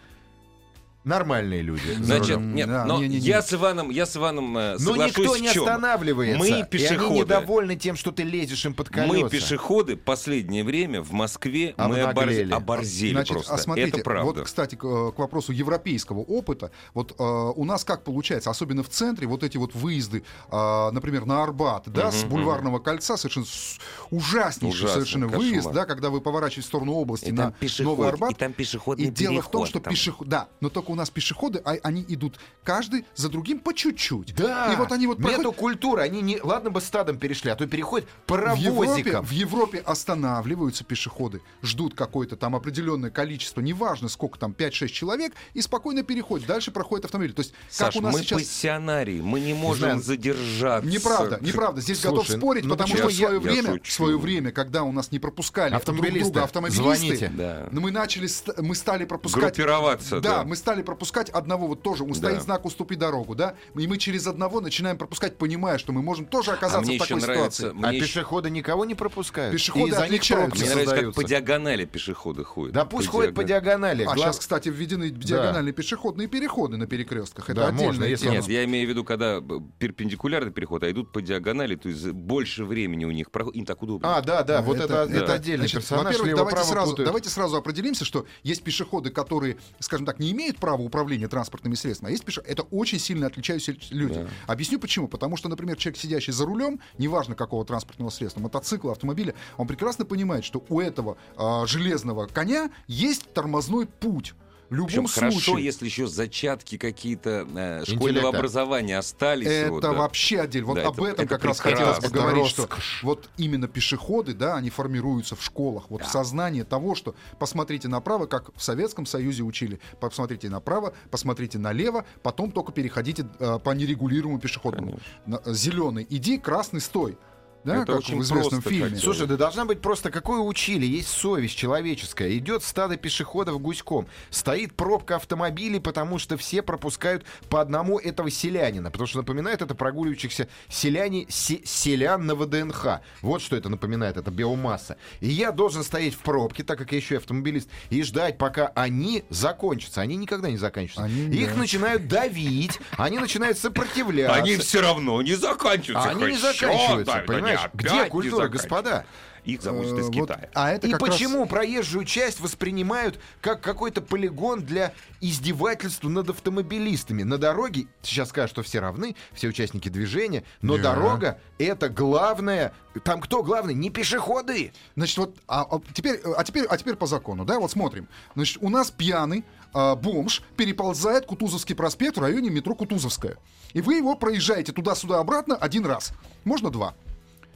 S2: нормальные люди. за
S1: Значит,
S2: рулем.
S1: нет,
S3: Да,
S1: но
S3: не-не-не.
S1: я с Иваном, я с Иваном э,
S2: но
S1: соглашусь
S2: Ну, никто не
S1: в чем.
S2: останавливается.
S1: Мы
S2: И
S1: пешеходы.
S2: они недовольны тем, что ты лезешь им под колеса.
S1: Мы пешеходы последнее время в Москве
S2: Обнаглели.
S1: мы оборз- оборзели
S3: Значит,
S1: просто.
S3: а смотрите,
S1: это правда.
S3: вот, кстати, к, э, к вопросу европейского опыта, вот э, у нас как получается, особенно в центре, вот эти вот выезды, э, например, на Арбат, да, с
S1: Мгм,
S3: Бульварного кольца, совершенно с- ужаснейший
S1: Ужасно,
S3: совершенно
S1: кошмар.
S3: выезд, да, когда вы поворачиваете в сторону области
S1: И
S3: на
S1: там пешеход,
S3: Новый Арбат.
S1: и там пешеходный
S3: И дело в том,
S1: переход
S3: что
S1: там.
S3: пешеход, да, но только у нас пешеходы, а они идут каждый за другим по чуть-чуть.
S2: Да.
S3: И вот они вот проходят-
S2: Нету культуры. Они не... Ладно бы стадом перешли, а то переходят
S3: в Европе,
S2: паровозиком.
S3: в Европе останавливаются пешеходы, ждут какое-то там определенное количество, неважно сколько там, 5-6 человек, и спокойно переходят. Дальше проходит автомобиль. То есть,
S1: Саш,
S3: как у нас
S1: мы
S3: сейчас...
S1: пассионарии, мы не можем
S2: знаю.
S1: задержаться. А
S3: Неправда, неправда. Здесь
S2: Слушай,
S3: готов спорить,
S2: ну
S3: потому
S1: почему?
S3: что в
S1: Я-
S3: свое
S1: я
S3: время,
S1: шучу.
S3: в свое время, когда у нас не пропускали
S2: Автомобилисты,
S3: друг друга автомобилисты,
S2: звоните.
S1: Да.
S3: но мы начали, ст- мы стали пропускать...
S1: Группироваться,
S3: Да,
S1: да.
S3: мы стали пропускать одного вот тоже. Он стоит
S1: Да.
S3: знак «Уступи дорогу», да? И мы через одного начинаем пропускать, понимая, что мы можем тоже
S1: А
S3: оказаться
S1: мне
S3: в
S1: еще
S3: такой ситуации.
S1: нравится,
S2: А
S1: мне еще-
S2: пешеходы никого не пропускают.
S3: Пешеходы
S2: И за них
S3: отличаются.
S2: пробки
S1: мне нравится, как
S2: создаются.
S1: по диагонали пешеходы ходят.
S2: Да пусть
S1: По
S2: ходят по
S1: диагонали.
S2: диагонали.
S3: А
S2: Глав-
S3: сейчас, кстати, введены диагональные пешеходные переходы на перекрестках. Это
S2: Да,
S3: отдельная
S2: можно, если-
S3: тема.
S1: Нет, я имею в виду, когда б- перпендикулярный переход, а идут по диагонали, то есть больше времени у них проходит, им так удобно.
S2: А, да, да, вот это, это
S1: да.
S2: отдельный
S3: Значит,
S2: персонаж.
S3: Во-первых,
S2: лево,
S3: давайте
S2: право
S3: сразу,
S2: путают.
S3: давайте сразу определимся, что есть пешеходы, которые, скажем так, не имеют права управления транспортными средствами, а есть пешеходы. Это очень сильно отличающиеся люди.
S1: Да.
S3: Объясню почему. Потому что, например, человек, сидящий за рулем, неважно какого транспортного средства, мотоцикла, автомобиля, он прекрасно понимает, что у этого а, железного коня есть тормозной путь. любом
S1: Причем
S3: случае...
S1: хорошо, если еще зачатки какие-то э, школьного
S2: Интеллекта.
S1: образования остались.
S3: Это
S1: вот, да.
S3: вообще отдельно. Вот
S1: Да,
S3: об
S1: это-
S3: этом
S1: это
S3: как раз
S1: прекрасно.
S3: хотелось бы
S1: Это
S3: говорить, что
S2: роскошь.
S3: вот именно пешеходы, да, они формируются в школах. Вот в сознании того, что посмотрите направо, как в Советском Союзе учили, посмотрите направо, посмотрите налево, потом только переходите э, по нерегулируемому пешеходному. Зеленый иди, красный стой. Да,
S1: Это
S3: как
S1: очень
S3: в известном
S1: просто,
S3: фильме.
S1: как бы.
S2: Слушай, да должна быть просто, какую учили, есть совесть человеческая. Идет стадо пешеходов гуськом, стоит пробка автомобилей, потому что все пропускают по одному этого селянина. Потому что напоминает это прогуливающихся селяне, се- селян на ВДНХ. Вот что это напоминает, это биомасса. И я должен стоять в пробке, так как я еще и автомобилист, и ждать, пока они закончатся. Они никогда не заканчиваются.
S3: Они не
S2: Их начинают давить, они начинают сопротивляться.
S1: Они все равно не заканчиваются.
S2: А они не
S1: Хоть чё,
S2: заканчиваются,
S1: да, они
S2: понимаешь?
S1: опять
S2: Где
S1: не
S2: культура,
S1: заканчиваются.
S2: господа?
S1: Их завозят из
S3: Э, вот,
S1: Китая.
S3: а это
S2: и
S3: как раз-
S2: почему проезжую часть воспринимают как какой-то полигон для издевательства над автомобилистами? На дороге, сейчас скажут, что все равны, все участники движения, но
S3: Да.
S2: дорога — это главное. Там кто главный? Не пешеходы.
S3: Значит, вот, а, а теперь, а теперь, а теперь по закону, да, вот смотрим. Значит, у нас пьяный а, бомж переползает Кутузовский проспект в районе метро Кутузовская. И вы его проезжаете туда-сюда обратно один раз. Можно два.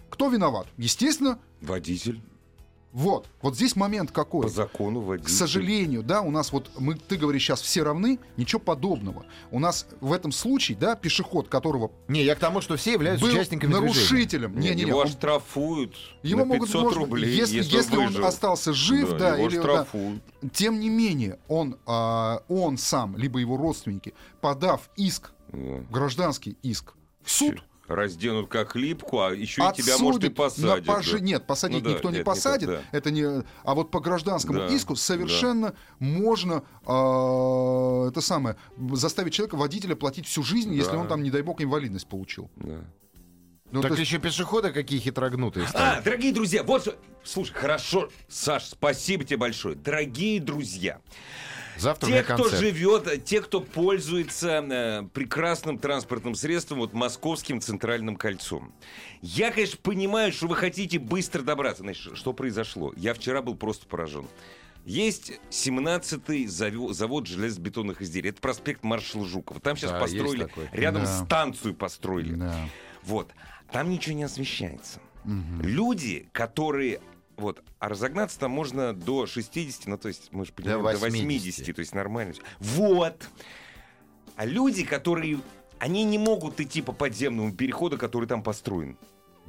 S3: Кто виноват? Естественно,
S1: Водитель.
S3: вот. Вот здесь момент какой.
S1: По закону водитель.
S3: К сожалению, да, у нас вот мы, ты говоришь сейчас все равны, ничего подобного. У нас в этом случае, да, пешеход, которого
S2: Не, я к тому, что все являются
S3: был
S2: участниками движения.
S3: нарушителем,
S1: Не,
S3: не-не-не,
S1: его
S3: он
S1: оштрафуют
S3: Его
S1: на
S3: могут
S1: 500
S3: можно,
S1: рублей,
S3: если, если,
S1: он
S3: он
S1: выжил.
S3: остался жив, да,
S1: его
S3: или да.
S1: оштрафуют.
S3: тем не менее он, а, он сам либо его родственники, подав иск,
S1: Да.
S3: гражданский иск в суд,
S1: Разденут как липку, а еще и тебя,
S3: отсудит
S1: может, и
S3: на
S1: посадят. да.
S3: пожи- Нет, посадить
S1: Ну да,
S3: никто не
S1: нет,
S3: посадит.
S1: никто,
S3: Это не. А вот по гражданскому
S1: Да,
S3: иску совершенно можно а, это самое заставить человека водителя платить всю жизнь, если
S1: Да.
S3: он там не дай бог инвалидность получил.
S1: Да.
S3: Ну,
S2: так
S3: то есть-
S2: еще пешеходы какие хитрогнутые
S1: А,
S2: стали.
S1: дорогие друзья, вот что- Слушай, хорошо, Саш, спасибо тебе большое. Дорогие друзья,
S2: Завтра у
S1: те,
S2: меня
S1: кто
S2: концерт.
S1: живет, э, те, кто пользуется э, прекрасным транспортным средством, вот московским центральным кольцом. Я, конечно, понимаю, что вы хотите быстро добраться. Значит, что произошло? Я вчера был просто поражен. Есть 17-й заво- завод железобетонных изделий. Это проспект Маршала Жукова. Там сейчас
S2: Да, есть
S1: построили,
S2: такой.
S1: рядом
S3: Да.
S1: станцию построили.
S3: Да.
S1: Вот. Там ничего не освещается.
S3: Мгм.
S1: Люди, которые... Вот, а разогнаться там можно до 60, ну, то есть, мы же понимаем, до 80,
S2: 80,
S1: то есть нормально. всё. Вот. А люди, которые... Они не могут идти по подземному переходу, который там построен.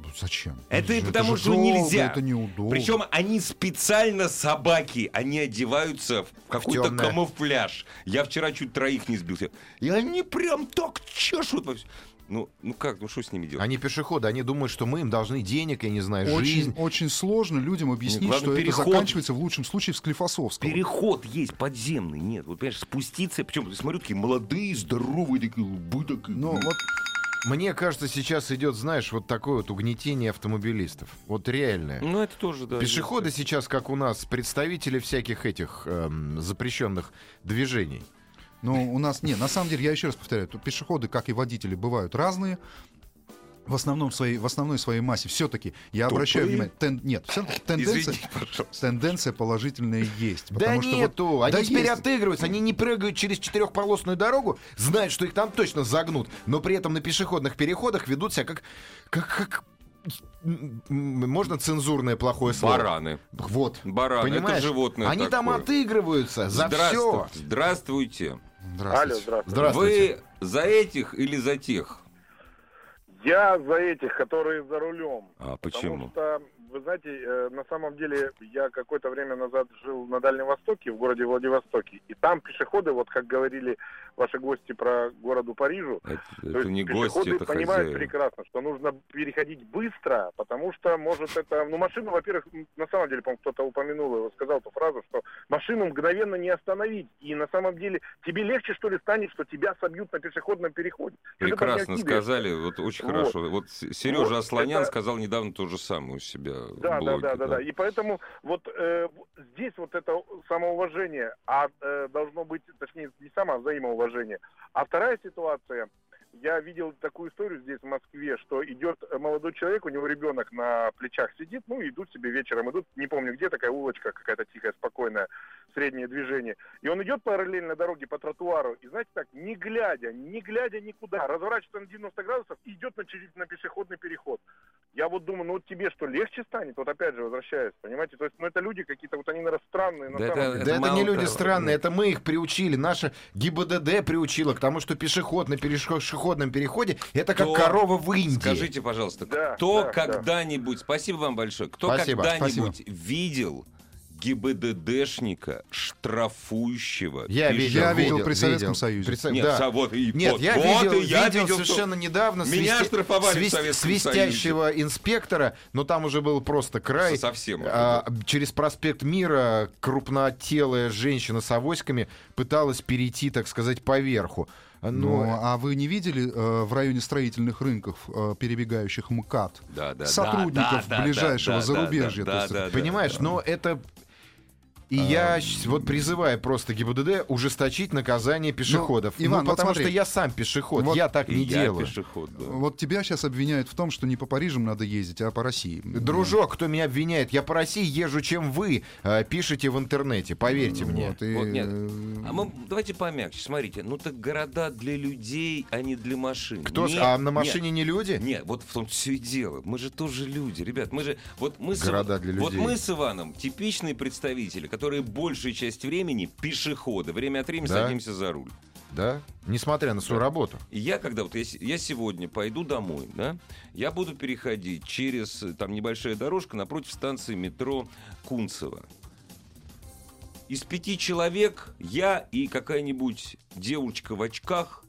S3: Ну, зачем?
S1: Это и
S3: же-
S1: потому,
S3: же
S1: что
S3: долго,
S1: нельзя.
S3: Это неудобно.
S1: Причем они специально собаки, они одеваются в какой-то
S2: тёмное.
S1: камуфляж. Я вчера чуть троих не сбился. И они прям так чешут. во всё. Ну, ну как, ну что с ними делать?
S2: Они пешеходы, они думают, что мы им должны денег, я не знаю,
S3: Очень,
S2: жизнь.
S3: очень сложно людям объяснить,
S1: главное,
S3: что
S1: переход.
S3: это заканчивается в лучшем случае в Склифосовском.
S1: Переход есть подземный, нет. Вот, понимаешь, спуститься, причем, смотрю, такие молодые, здоровые, такие лбы такие.
S2: Ну,
S3: Но вот
S2: Мне кажется, сейчас идет, знаешь, вот такое вот угнетение автомобилистов. Вот реальное.
S1: Ну, это тоже, да.
S2: Пешеходы
S1: есть.
S2: сейчас, как у нас, представители всяких этих эм, запрещенных движений.
S3: Но у нас, не, на самом деле, я еще раз повторяю, тут пешеходы, как и водители, бывают разные. В основном своей, в основной своей массе все-таки я обращаю внимание, тен- нет, всё- тенденция,
S1: Извините, пожалуйста.
S3: тенденция положительная есть, потому
S2: да
S3: что
S2: нету!
S3: вот-
S2: они
S3: да
S2: теперь
S3: есть.
S2: отыгрываются, они не прыгают через четырехполосную дорогу, знают, что их там точно загнут, но при этом на пешеходных переходах ведут себя как... как, как м, м, можно цензурное плохое слово?
S1: Бараны.
S2: Вот.
S1: Бараны,
S2: Понимаешь?
S1: это животное
S2: Они там
S1: такое.
S2: отыгрываются за все.
S1: Здравствуйте. Здравствуйте.
S6: Алло,
S3: Здравствуйте.
S6: здравствуйте.
S2: Здравствуйте.
S1: Вы за этих или за тех?
S6: Я за этих, которые за рулем.
S1: А
S6: Потому
S1: почему?
S6: что, вы знаете, э, на самом деле я какое-то время назад жил на Дальнем Востоке, в городе Владивостоке, и там пешеходы, вот как говорили ваши гости про городу Парижу,
S1: Это,
S6: то
S1: это
S6: есть
S1: не гости,
S6: пешеходы
S1: это
S6: понимают
S1: хозяева.
S6: прекрасно, что нужно переходить быстро, потому что может это... Ну, машину, во-первых, м, на самом деле, по-моему, кто-то упомянул его, сказал эту фразу, что машину мгновенно не остановить. И на самом деле тебе легче, что ли, станет, что тебя собьют на пешеходном переходе. Что ты там
S1: Прекрасно
S6: не осилишь?
S1: сказали, вот очень
S6: Вот.
S1: хорошо. Вот Сережа
S6: Вот,
S1: Асланян
S6: это-
S1: сказал недавно то же самое у себя
S6: Да,
S1: в
S6: да,
S1: блоге.
S6: да, да, да. И поэтому вот э, здесь вот это самоуважение, а э, должно быть, точнее, не само, а взаимоуважение. А вторая ситуация,
S7: Я видел такую историю здесь, в Москве, что идет э, молодой человек, у него ребенок на плечах сидит, ну, идут себе вечером, идут, не помню где, такая улочка какая-то тихая, спокойная, среднее движение. И он идет параллельно дороге по тротуару, и, знаете, так, не глядя, не глядя никуда, разворачивается на 90 градусов и идет на, через- на пешеходный переход. Я вот думаю, ну вот тебе что, легче станет? Вот опять же возвращаюсь, понимаете? То есть, ну это люди какие-то, вот они, наверное, странные. на
S1: Да
S7: самом
S1: это-
S7: деле.
S2: Да это
S1: мало
S2: не люди
S1: того.
S2: странные, это мы их приучили. Наша ГИБДД приучила к тому, что пешеход на пешеходном переходе это как
S1: Кто?
S2: корова в Индии.
S1: Скажите, пожалуйста,
S7: Да,
S1: кто
S7: да, да.
S1: когда-нибудь, спасибо вам большое, кто
S2: Спасибо,
S1: когда-нибудь видел ГИБДДшника, штрафующего
S2: Я
S1: пеше-
S2: видел,
S3: Я видел при Советском Союзе.
S2: При Со-
S1: Нет,
S2: да.
S1: со- вот, и
S2: Нет,
S1: вот,
S2: я
S1: вот
S2: видел,
S1: и я
S2: видел
S1: видел, что-
S2: совершенно недавно
S1: Меня штрафовали в Советском
S2: свистящего инспектора, но там уже был просто край.
S1: Со- совсем уже
S2: А, через проспект Мира крупнотелая женщина с авоськами пыталась перейти, так сказать, поверху. А,
S3: Ну,
S2: Ну,
S3: а вы не видели э, в районе строительных рынков, э, перебегающих МКАД,
S1: Да, да, да,
S3: сотрудников
S1: да, да,
S3: ближайшего
S1: да, да,
S3: зарубежья?
S1: да,
S3: То есть
S1: да, да,
S2: понимаешь, но это... И я щ- вот призываю просто ГИБДД ужесточить наказание пешеходов. Ну,
S3: Иван, вот
S2: потому
S3: смотри.
S2: что я сам пешеход,
S3: Вот
S2: я так
S1: И
S2: не
S1: я
S2: делаю.
S1: пешеход, да.
S3: Вот тебя сейчас обвиняют в том, что не по Парижам надо ездить, а по России.
S2: Дружок, кто меня обвиняет, я по России езжу, чем вы э, пишете в интернете, поверьте мне.
S3: Вот, и,
S1: Вот, нет.
S3: э,
S1: А мы давайте помягче. Смотрите, ну так города для людей, а не для машин.
S2: Кто, с-
S1: Нет,
S2: а на
S1: нет,
S2: машине не *laughs* люди?
S1: Нет, вот в том все и дело. Мы же тоже люди, ребят. Мы же вот мы с Ива-
S2: Города для
S1: вот
S2: людей.
S1: мы с Иваном типичные представители, которые большую часть времени пешеходы, время от времени
S2: Да.
S1: садимся за руль.
S2: Да? Несмотря на свою работу.
S1: И я когда вот я, с- я сегодня пойду домой, да, я буду переходить через э, там небольшая дорожка напротив станции метро Кунцево. Из пяти человек я и какая-нибудь девочка в очках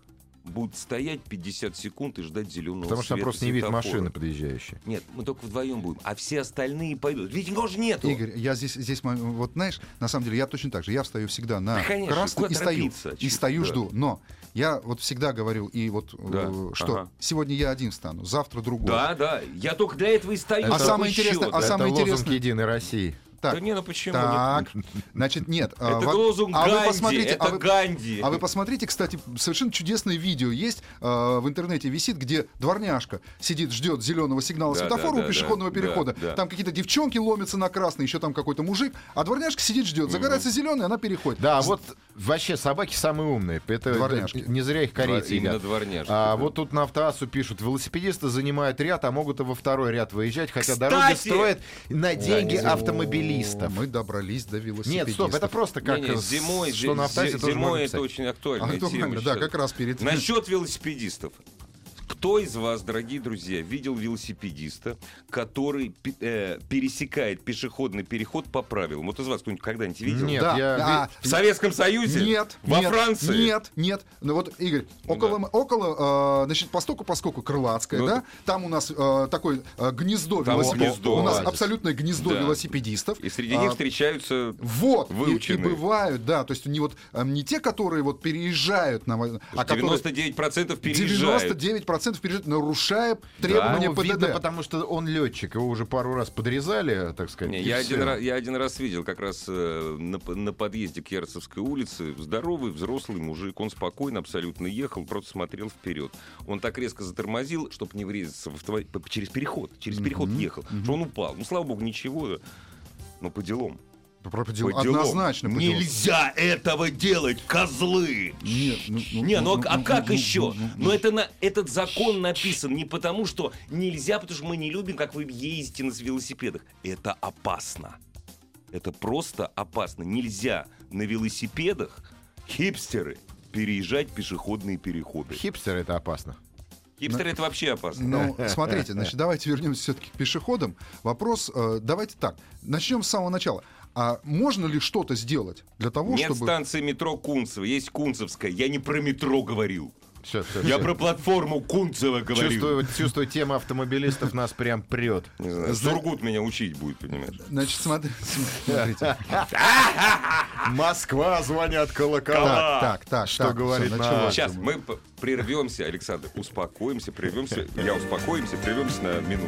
S1: будут стоять 50 секунд и ждать зеленого
S2: Потому что там
S1: света
S2: просто не видит
S1: светофора.
S2: машины подъезжающей.
S1: Нет, мы только вдвоем будем, а все остальные пойдут. Ведь никого же нету.
S3: Игорь, я здесь, здесь, мо- вот знаешь, на самом деле я точно так же. Я встаю всегда на
S1: Да, конечно,
S3: красный
S1: куда
S3: и стою.
S1: торопиться,
S3: И
S1: честно,
S3: стою,
S1: да.
S3: жду. Но я вот всегда говорил, и вот э,
S1: Да,
S3: что
S1: ага.
S3: сегодня я один встану, завтра другой.
S1: Да, да. Я только для этого и стою.
S3: А
S1: чтобы
S3: самое
S1: еще,
S3: интересное- а
S1: да.
S3: сам- самое
S2: это лозунг
S3: интересное-
S2: Единой России.
S3: Так,
S1: Да не, ну почему?
S3: так. Значит, нет. а,
S1: Это
S3: во-
S1: лозунг
S3: а
S1: Ганди,
S3: вы посмотрите,
S1: это
S3: а вы,
S1: Ганди.
S3: А вы посмотрите, кстати, совершенно чудесное видео есть э, в интернете висит, где дворняжка сидит, ждет зеленого сигнала
S1: Да,
S3: светофора
S1: да,
S3: у
S1: да,
S3: пешеходного
S1: да,
S3: перехода.
S1: да, да.
S3: Там какие-то девчонки ломятся на красный, еще там какой-то мужик, а дворняжка сидит, ждет. Загорается зеленый, она переходит.
S2: Да,
S3: С-
S2: вот вообще собаки самые умные. Это
S3: Дворняжки.
S2: не зря их корейцы
S1: Именно
S2: едят.
S1: дворняжки,
S2: А,
S1: да.
S2: вот тут на автоассу пишут, велосипедисты занимают ряд, а могут и во второй ряд выезжать, хотя
S1: Кстати!
S2: дороги строят на деньги автомобилистов.
S3: Мы добрались до велосипедистов.
S2: Нет, стоп, это
S1: А,
S2: просто как
S1: Не-не,
S2: э,
S1: зимой,
S2: что на автоазе тоже
S1: зимой
S2: можно
S1: это
S2: писать.
S1: очень
S3: А,
S1: актуальная тема.
S3: актуально, да,
S1: сейчас.
S3: как раз перед...
S1: Насчет велосипедистов. Кто из вас, дорогие друзья, видел велосипедиста, который пе- э, пересекает пешеходный переход по правилам? Вот из вас кто-нибудь когда-нибудь видел?
S2: Нет,
S3: Да,
S2: я
S3: да,
S1: В Советском Союзе?
S3: Нет,
S1: Во
S3: нет,
S1: Франции?
S3: Нет, нет. Ну вот, Игорь,
S1: Ну
S3: около,
S1: да.
S3: около э, значит, постоку, поскольку Крылатская,
S1: Ну
S3: да,
S1: да.
S3: там у нас э, такое э, гнездо
S1: Там
S3: велосипед-
S1: гнездо.
S3: У нас
S1: Оазис.
S3: абсолютное гнездо
S1: Да.
S3: велосипедистов.
S1: И среди
S3: А,
S1: них встречаются...
S3: вот, и- и,
S1: выученные.
S3: бывают, да, то есть не вот э, не те, которые вот переезжают на, вой- а которые
S1: 99% переезжают.
S3: 99% переезжают, нарушая требования
S2: Ну,
S3: ПДД.
S2: видно, потому что он летчик, его уже пару раз подрезали, так сказать.
S1: Не,
S2: и
S1: я,
S2: всё.
S1: один раз, я один раз видел как раз э, на, п- на подъезде к Ярцевской улице здоровый взрослый мужик. Он спокойно абсолютно ехал, просто смотрел вперед. Он так резко затормозил, чтобы не врезаться в автомобиль. п- Через переход, через переход ехал. Что он упал. Ну, слава богу, ничего. Но по делам.
S3: Про- по
S1: По
S3: делам.
S1: делам.
S3: Однозначно. по делам.
S1: Нельзя этого делать, козлы!
S3: Нет, ну, ну,
S1: Не, ну,
S3: ну,
S1: а
S3: ну,
S1: как
S3: ну,
S1: еще?
S3: ну, ну,
S1: Но это на, этот закон написан не потому, что нельзя, потому что мы не любим, как вы ездите на велосипедах. Это опасно. Это просто опасно. Нельзя на велосипедах хипстеры переезжать пешеходные переходы.
S2: Хипстер это опасно.
S1: Хипстеры это вообще опасно.
S3: Ну, *laughs* смотрите, значит, давайте вернемся все-таки к пешеходам. Вопрос, э, давайте так, начнем с самого начала. А можно ли что-то сделать для того,
S1: Нет
S3: чтобы...
S1: станции метро Кунцево, есть Кунцевская. Я не про метро говорил.
S2: Все, все,
S1: Я про платформу Кунцево говорил.
S2: Чувствую, чувствую, тема автомобилистов нас прям прет.
S1: Не знаю, Сургут меня учить будет, понимаешь?
S3: Значит, смотри- *laughs* смотрите.
S2: Москва звонят колокола.
S3: Так, так, так.
S2: Что
S3: так,
S2: говорит
S3: всё,
S2: наш-
S3: началось.
S1: Сейчас мы п- прервемся, Александр. Успокоимся, прервемся. Я успокоимся, прервемся на минуту.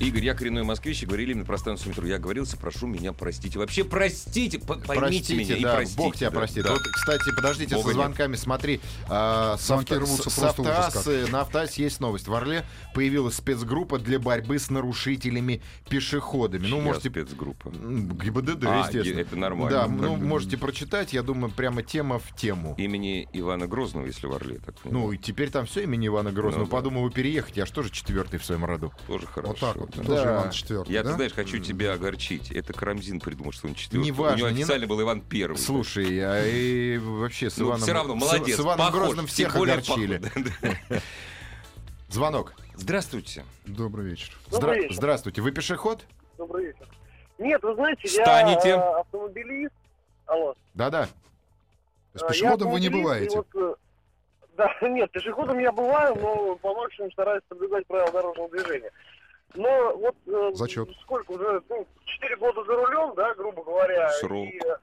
S1: Игорь, я коренной москвич, и говорили мне про станцию метро. Я говорился, прошу меня простите. Вообще простите, по- поймите
S2: простите,
S1: меня и
S2: да,
S1: простите.
S2: Бог тебя
S1: да,
S2: простит.
S1: да.
S2: Вот, кстати, подождите,
S1: Бога
S2: со
S1: нет.
S2: звонками смотри. а, с
S3: Звонки
S2: авто-
S3: рвутся
S2: с
S3: просто ужас как.
S2: автоассы- На автоассе есть новость. В Орле появилась спецгруппа для борьбы с нарушителями пешеходами. Ну,
S1: Чья
S2: можете...
S1: спецгруппа.
S2: М, ГИБДД,
S1: А,
S2: естественно.
S1: ге- это нормально.
S2: Да,
S1: Ну,
S2: ну,
S1: как бы.
S2: можете прочитать, я думаю, прямо тема в тему.
S1: Имени Ивана Грозного, если в Орле, я так понимаю.
S2: Ну, и теперь там все имени Ивана Грозного.
S1: Ну, да.
S2: Подумал, вы переехать, я же тоже четвертый в своем роду.
S1: Тоже хорошо.
S3: Вот так вот.
S1: да.
S3: Тоже
S2: Да.
S3: Иван Четвертый,
S1: Я, ты
S3: да?
S1: знаешь, хочу тебя огорчить. Это Карамзин придумал, что он четвертый.
S2: Неважно,
S1: У него
S2: не на-
S1: официально был Иван Первый.
S2: Слушай, а и вообще с
S1: Ну,
S2: Иваном...
S1: все равно,
S2: с-
S1: молодец.
S2: С Иваном
S1: похож,
S2: Грозным
S1: тем
S2: всех
S1: более
S2: огорчили.
S1: похож, *laughs* да, да.
S2: Звонок.
S1: Здравствуйте.
S3: Добрый вечер.
S2: Здра-
S8: вечер.
S2: Здравствуйте, вы пешеход?
S8: Добрый вечер. Нет, вы знаете,
S1: Встанете.
S8: я э, автомобилист. Алло.
S2: Да-да.
S3: То
S8: Э,
S3: есть
S8: я
S3: пешеходом вы не
S8: автомобилист, и
S3: бываете.
S8: вот, э, да, *laughs* нет, пешеходом я бываю, но по максимуму стараюсь соблюдать правила дорожного движения. Но вот э,
S3: Зачет.
S8: сколько уже, ну, 4 года за рулем, да, грубо говоря.
S1: Срок.
S8: и, э,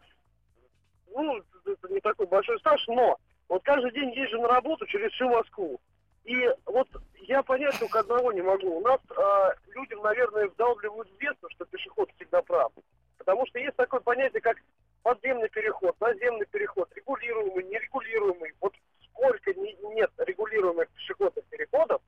S8: ну, это не такой большой стаж, но вот каждый день езжу на работу через всю Москву. И вот я понять только одного не могу. У нас э, людям, наверное, вдалбливают в детство, что пешеход всегда прав. Потому что есть такое понятие, как подземный переход, наземный переход, регулируемый, нерегулируемый. Вот сколько ни- нет регулируемых пешеходных переходов,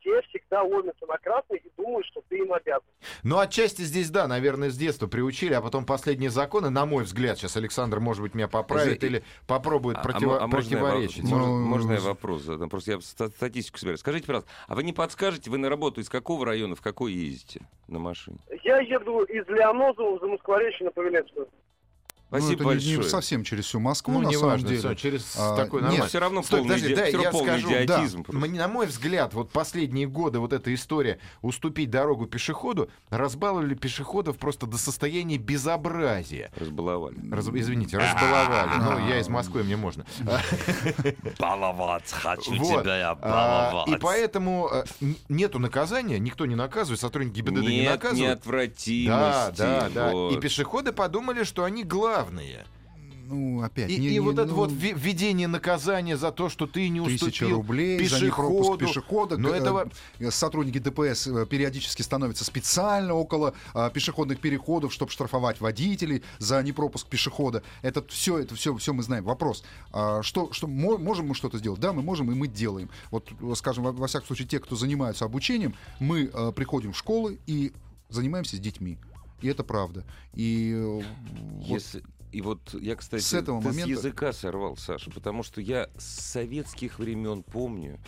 S8: все всегда ломятся на красный и думают, что ты им обязан.
S2: Ну, отчасти здесь, да, наверное, с детства приучили, а потом последние законы, на мой взгляд, сейчас Александр, может быть, меня поправит
S1: За-
S2: или попробует
S1: А-
S2: противо-
S1: а мо- а можно я во-
S2: противоречить.
S1: мож- Можно,
S3: Ну,
S1: я вопрос задам? Просто я ста- статистику собираю. Скажите, пожалуйста, а вы не подскажете, вы на работу из какого района, в какой ездите на машине?
S8: Я еду из Леонозова в Замоскворечье на Павелецкую.
S3: Ну,
S1: Спасибо
S3: это не-
S1: большое.
S3: не совсем через всю Москву,
S2: Ну,
S3: на
S2: не
S3: самом
S2: важно,
S3: деле.
S2: всё, через
S3: А,
S2: такой
S3: нет,
S1: Ну,
S2: нормально.
S1: все равно
S2: Стой,
S1: полный,
S2: подожди,
S1: иде-
S2: дай
S1: всё равно
S2: я
S1: полный
S2: скажу,
S1: идиотизм. просто.
S2: Мне, на мой взгляд, вот последние годы вот эта история уступить дорогу пешеходу разбаловали пешеходов просто до состояния безобразия.
S1: Разбаловали.
S2: Раз- извините, разбаловали. Ну, я из Москвы, мне
S1: *laughs*
S2: можно.
S9: Баловать хочу
S2: Вот.
S9: тебя я
S2: А,
S9: баловать.
S2: И поэтому э, н- нету наказания, никто не наказывает, сотрудники ГИБДД не
S1: Нет
S2: наказывают.
S1: неотвратимости.
S2: Да, да, да. И
S1: Вот.
S2: пешеходы подумали, что они главные.
S3: Ну, опять.
S2: И,
S3: не-
S2: и
S3: не-
S2: вот это
S3: ну,
S2: вот ве- введение наказания за то, что ты не уступил
S3: Тысяча рублей за
S2: пешеходу.
S3: непропуск пешехода.
S2: Но
S3: Э,
S2: этого-
S3: э, Сотрудники ДПС э, периодически становятся специально около э, пешеходных переходов, чтобы штрафовать водителей за непропуск пешехода. Это все, это все, все мы знаем. Вопрос, а, что, что мо- можем мы что-то сделать? Да, мы можем, и мы делаем. Вот, э, скажем, во, во всяком случае, те, кто занимаются обучением, мы э, приходим в школы и занимаемся с детьми. И это правда. И э, вот
S1: Если- И вот я, кстати,
S3: С этого
S1: ты
S3: момента-
S1: с языка сорвал, Саша, потому что я с советских времен помню.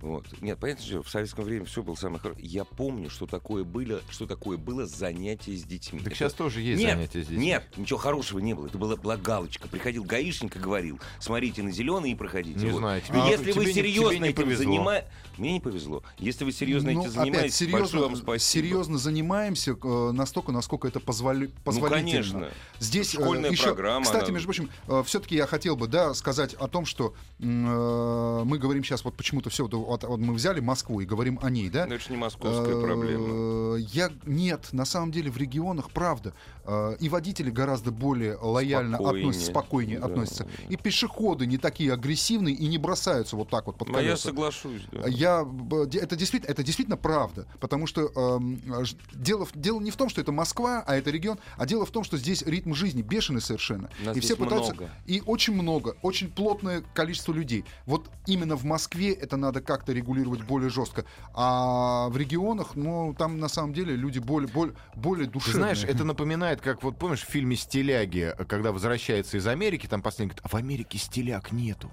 S1: Вот. Нет, понятно, что в советском время все было самое хорошее. Я помню, что такое было, что такое было занятие с детьми.
S2: Так
S1: Это-
S2: сейчас тоже есть
S1: нет,
S2: занятия здесь.
S1: Нет, ничего хорошего не было. Это была, была галочка. Приходил гаишник и говорил: смотрите на зеленый и проходите.
S2: Не
S1: Вот.
S2: знаю,
S1: И
S2: тебе-
S1: А
S3: А,
S1: если
S2: тебе
S1: вы
S2: не- тебе
S1: серьезно
S2: не
S1: этим
S2: повезло.
S1: занимаетесь. Мне не повезло. Если вы серьезно
S3: Ну,
S1: этим занимаетесь,
S3: опять, серьезно,
S1: большое вам спасибо. Ну,
S3: серьезно занимаемся э, настолько, насколько это позволи, позволительно.
S1: конечно.
S3: Здесь э,
S1: Школьная
S3: еще,
S1: программа,
S3: Кстати,
S1: она-
S3: между прочим, все-таки я хотел бы, да, сказать о том, что м, э, мы говорим сейчас вот почему-то все, мы взяли Москву и говорим о ней, да? А,
S1: Но Ну, это же не московская проблема.
S3: Э, Я нет, на самом деле в регионах правда э, и водители гораздо более лояльно
S1: Спокойнее.
S3: относятся, спокойнее
S1: Да.
S3: относятся, и пешеходы не такие агрессивные и не бросаются вот так вот под
S1: Но я
S3: колеса.
S1: соглашусь.
S2: Э,
S1: да.
S3: Я б- де- это действительно, это действительно правда, потому что эм, ж- дело в- дело не в том, что это Москва, а это регион, а дело в том, что здесь ритм жизни бешеный совершенно,
S1: Нас
S3: и все
S1: здесь
S3: пытаются,
S1: много.
S3: и очень много, очень плотное количество людей. Вот именно в Москве это надо как-то регулировать более жестко, а в регионах, ну там на самом деле люди более более более
S2: Ты
S3: душевные.
S2: знаешь, это напоминает, как вот помнишь в фильме «Стиляги», когда возвращается из Америки, там последний говорит, а в Америке стиляг нету.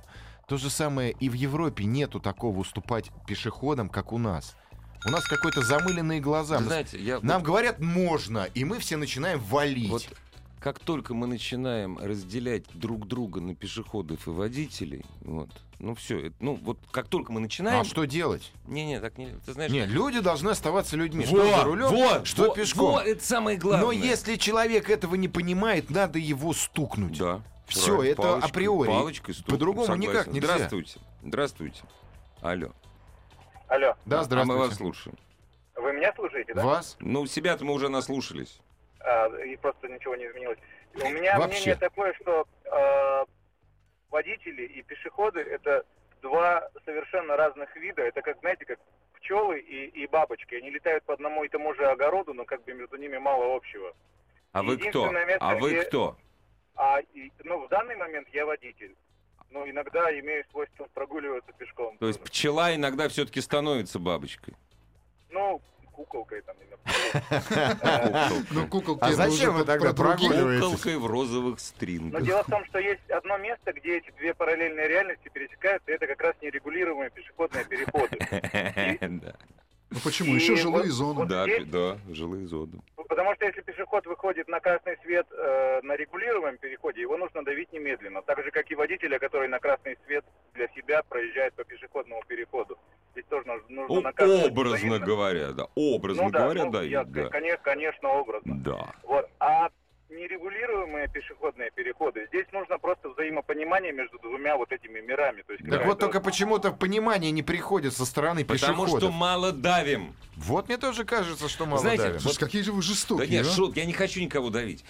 S2: То же самое и в Европе нету такого уступать пешеходам, как у нас. У нас какой-то замыленные глаза.
S1: Вы
S2: Мы-
S1: знаете, я
S2: Нам говорят можно, и мы все начинаем валить.
S1: Вот как только мы начинаем разделять друг друга на пешеходов и водителей, вот, ну все, ну вот как только мы начинаем,
S2: а что делать?
S1: не, не, так не, ты знаешь,
S2: Не, люди должны оставаться людьми.
S1: Во,
S2: что за рулем,
S1: во,
S2: что
S1: во,
S2: пешком.
S1: во, это самое главное.
S2: Но если человек этого не понимает, надо его стукнуть.
S1: да,
S2: Всё,
S1: правильно,
S2: это априори.
S1: палочкой стукнуть,
S2: По-другому
S1: согласен.
S2: никак нельзя.
S1: Здравствуйте, здравствуйте, алло,
S8: Алло,
S2: Да,
S1: а мы вас
S2: здравствуйте.
S1: слушаем.
S8: вы меня слушаете,
S2: Вас?
S1: Ну себя-то мы уже наслушались.
S8: а, и просто ничего не изменилось. У меня
S2: Вообще.
S8: мнение такое, что э, водители и пешеходы это два совершенно разных вида. Это как, знаете, как пчелы пчелы и, и бабочки. Они летают по одному и тому же огороду, но как бы между ними мало общего.
S1: А вы кто?
S8: Единственное место,
S1: А вы
S8: где-
S1: кто?
S8: А, и- ну, в данный момент я водитель. Но иногда имею свойство прогуливаться пешком.
S1: То есть пчела иногда все-таки становится бабочкой.
S8: Ну, куколкой там
S1: *laughs*
S8: иногда.
S3: *laughs* Ну, куколки
S2: А
S3: это уже
S2: зачем вы
S3: под-
S2: тогда
S3: про другие.
S2: прогуливаете? Понимаете?
S1: Куколкой в розовых
S8: Но
S1: стрингах.
S8: дело в том, что есть одно место, где эти две параллельные реальности пересекаются, и это как раз нерегулируемые пешеходные переходы.
S1: Да,
S3: Ну почему?
S8: И
S3: Еще
S8: вот-
S3: жилые зоны.
S1: да,
S8: здесь-
S1: да, жилые зоны.
S8: Ну, Потому что если пешеход выходит на красный свет э, на регулируемом переходе, его нужно давить немедленно. Так же, как и водителя, который на красный свет для себя проезжает по пешеходному переходу. Здесь тоже нужно- нужно
S1: О,
S8: наказывать.
S1: Ну, Образно
S8: взаимно.
S1: говоря, да. Образно
S8: ну, да,
S1: говоря,
S8: ну,
S1: да, и-
S8: я-
S1: да.
S8: Конечно, конечно, образно.
S1: Да.
S8: Вот. А нерегулируемые пешеходные переходы, здесь нужно просто взаимопонимание между двумя вот этими мирами. То есть,
S2: Так
S8: какая-то
S2: вот только почему-то понимание не приходит со стороны
S1: Потому
S2: пешеходов.
S1: что мало давим.
S2: Вот мне тоже кажется, что мало
S1: Знаете,
S2: давим.
S1: вот-
S3: Слушай, какие же вы
S1: Да
S3: жестокие,
S1: нет,
S3: а?
S1: шут, я не хочу никого давить.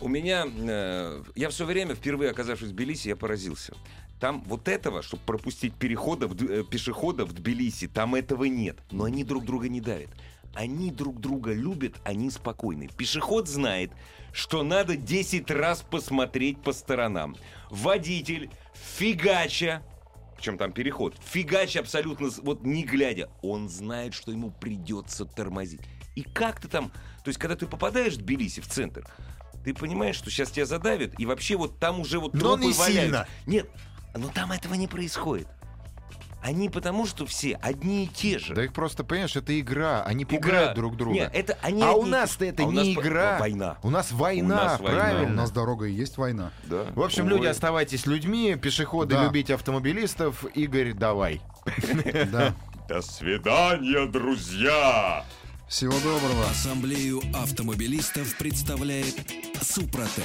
S1: У меня, э, я все время, впервые оказавшись в Тбилиси, я поразился. Там вот этого, чтобы пропустить переходов, э, пешеходов в Тбилиси, там этого нет. Но они друг друга не давят. Они друг друга любят, они спокойны. Пешеход знает, что надо 10 раз посмотреть по сторонам. Водитель, фигача, причем там переход, фигач абсолютно, с- вот не глядя, он знает, что ему придется тормозить. И как ты там, то есть когда ты попадаешь в Тбилиси, в центр, ты понимаешь, что сейчас тебя задавят, и вообще вот там уже вот
S2: Но
S1: трупы
S2: не
S1: валяются. Нет, но там этого не происходит. Они потому, что все одни и те же.
S2: Да их просто, понимаешь, это игра, они
S1: Игра.
S2: пугают друг друга.
S1: Нет, это они
S2: А
S1: одни
S2: у
S1: и
S2: нас-то
S1: те-
S2: это
S1: а у
S2: не
S1: нас по-
S2: игра.
S1: Война.
S2: У нас
S1: У
S2: война,
S1: нас война.
S3: У
S2: правильно.
S3: нас дорога и есть война.
S1: Да.
S2: В общем, люди, оставайтесь людьми, пешеходы,
S3: Да.
S2: любите автомобилистов. Игорь, давай.
S3: Да.
S9: До свидания, друзья!
S3: Всего доброго.
S5: Ассамблею автомобилистов представляет Супротек.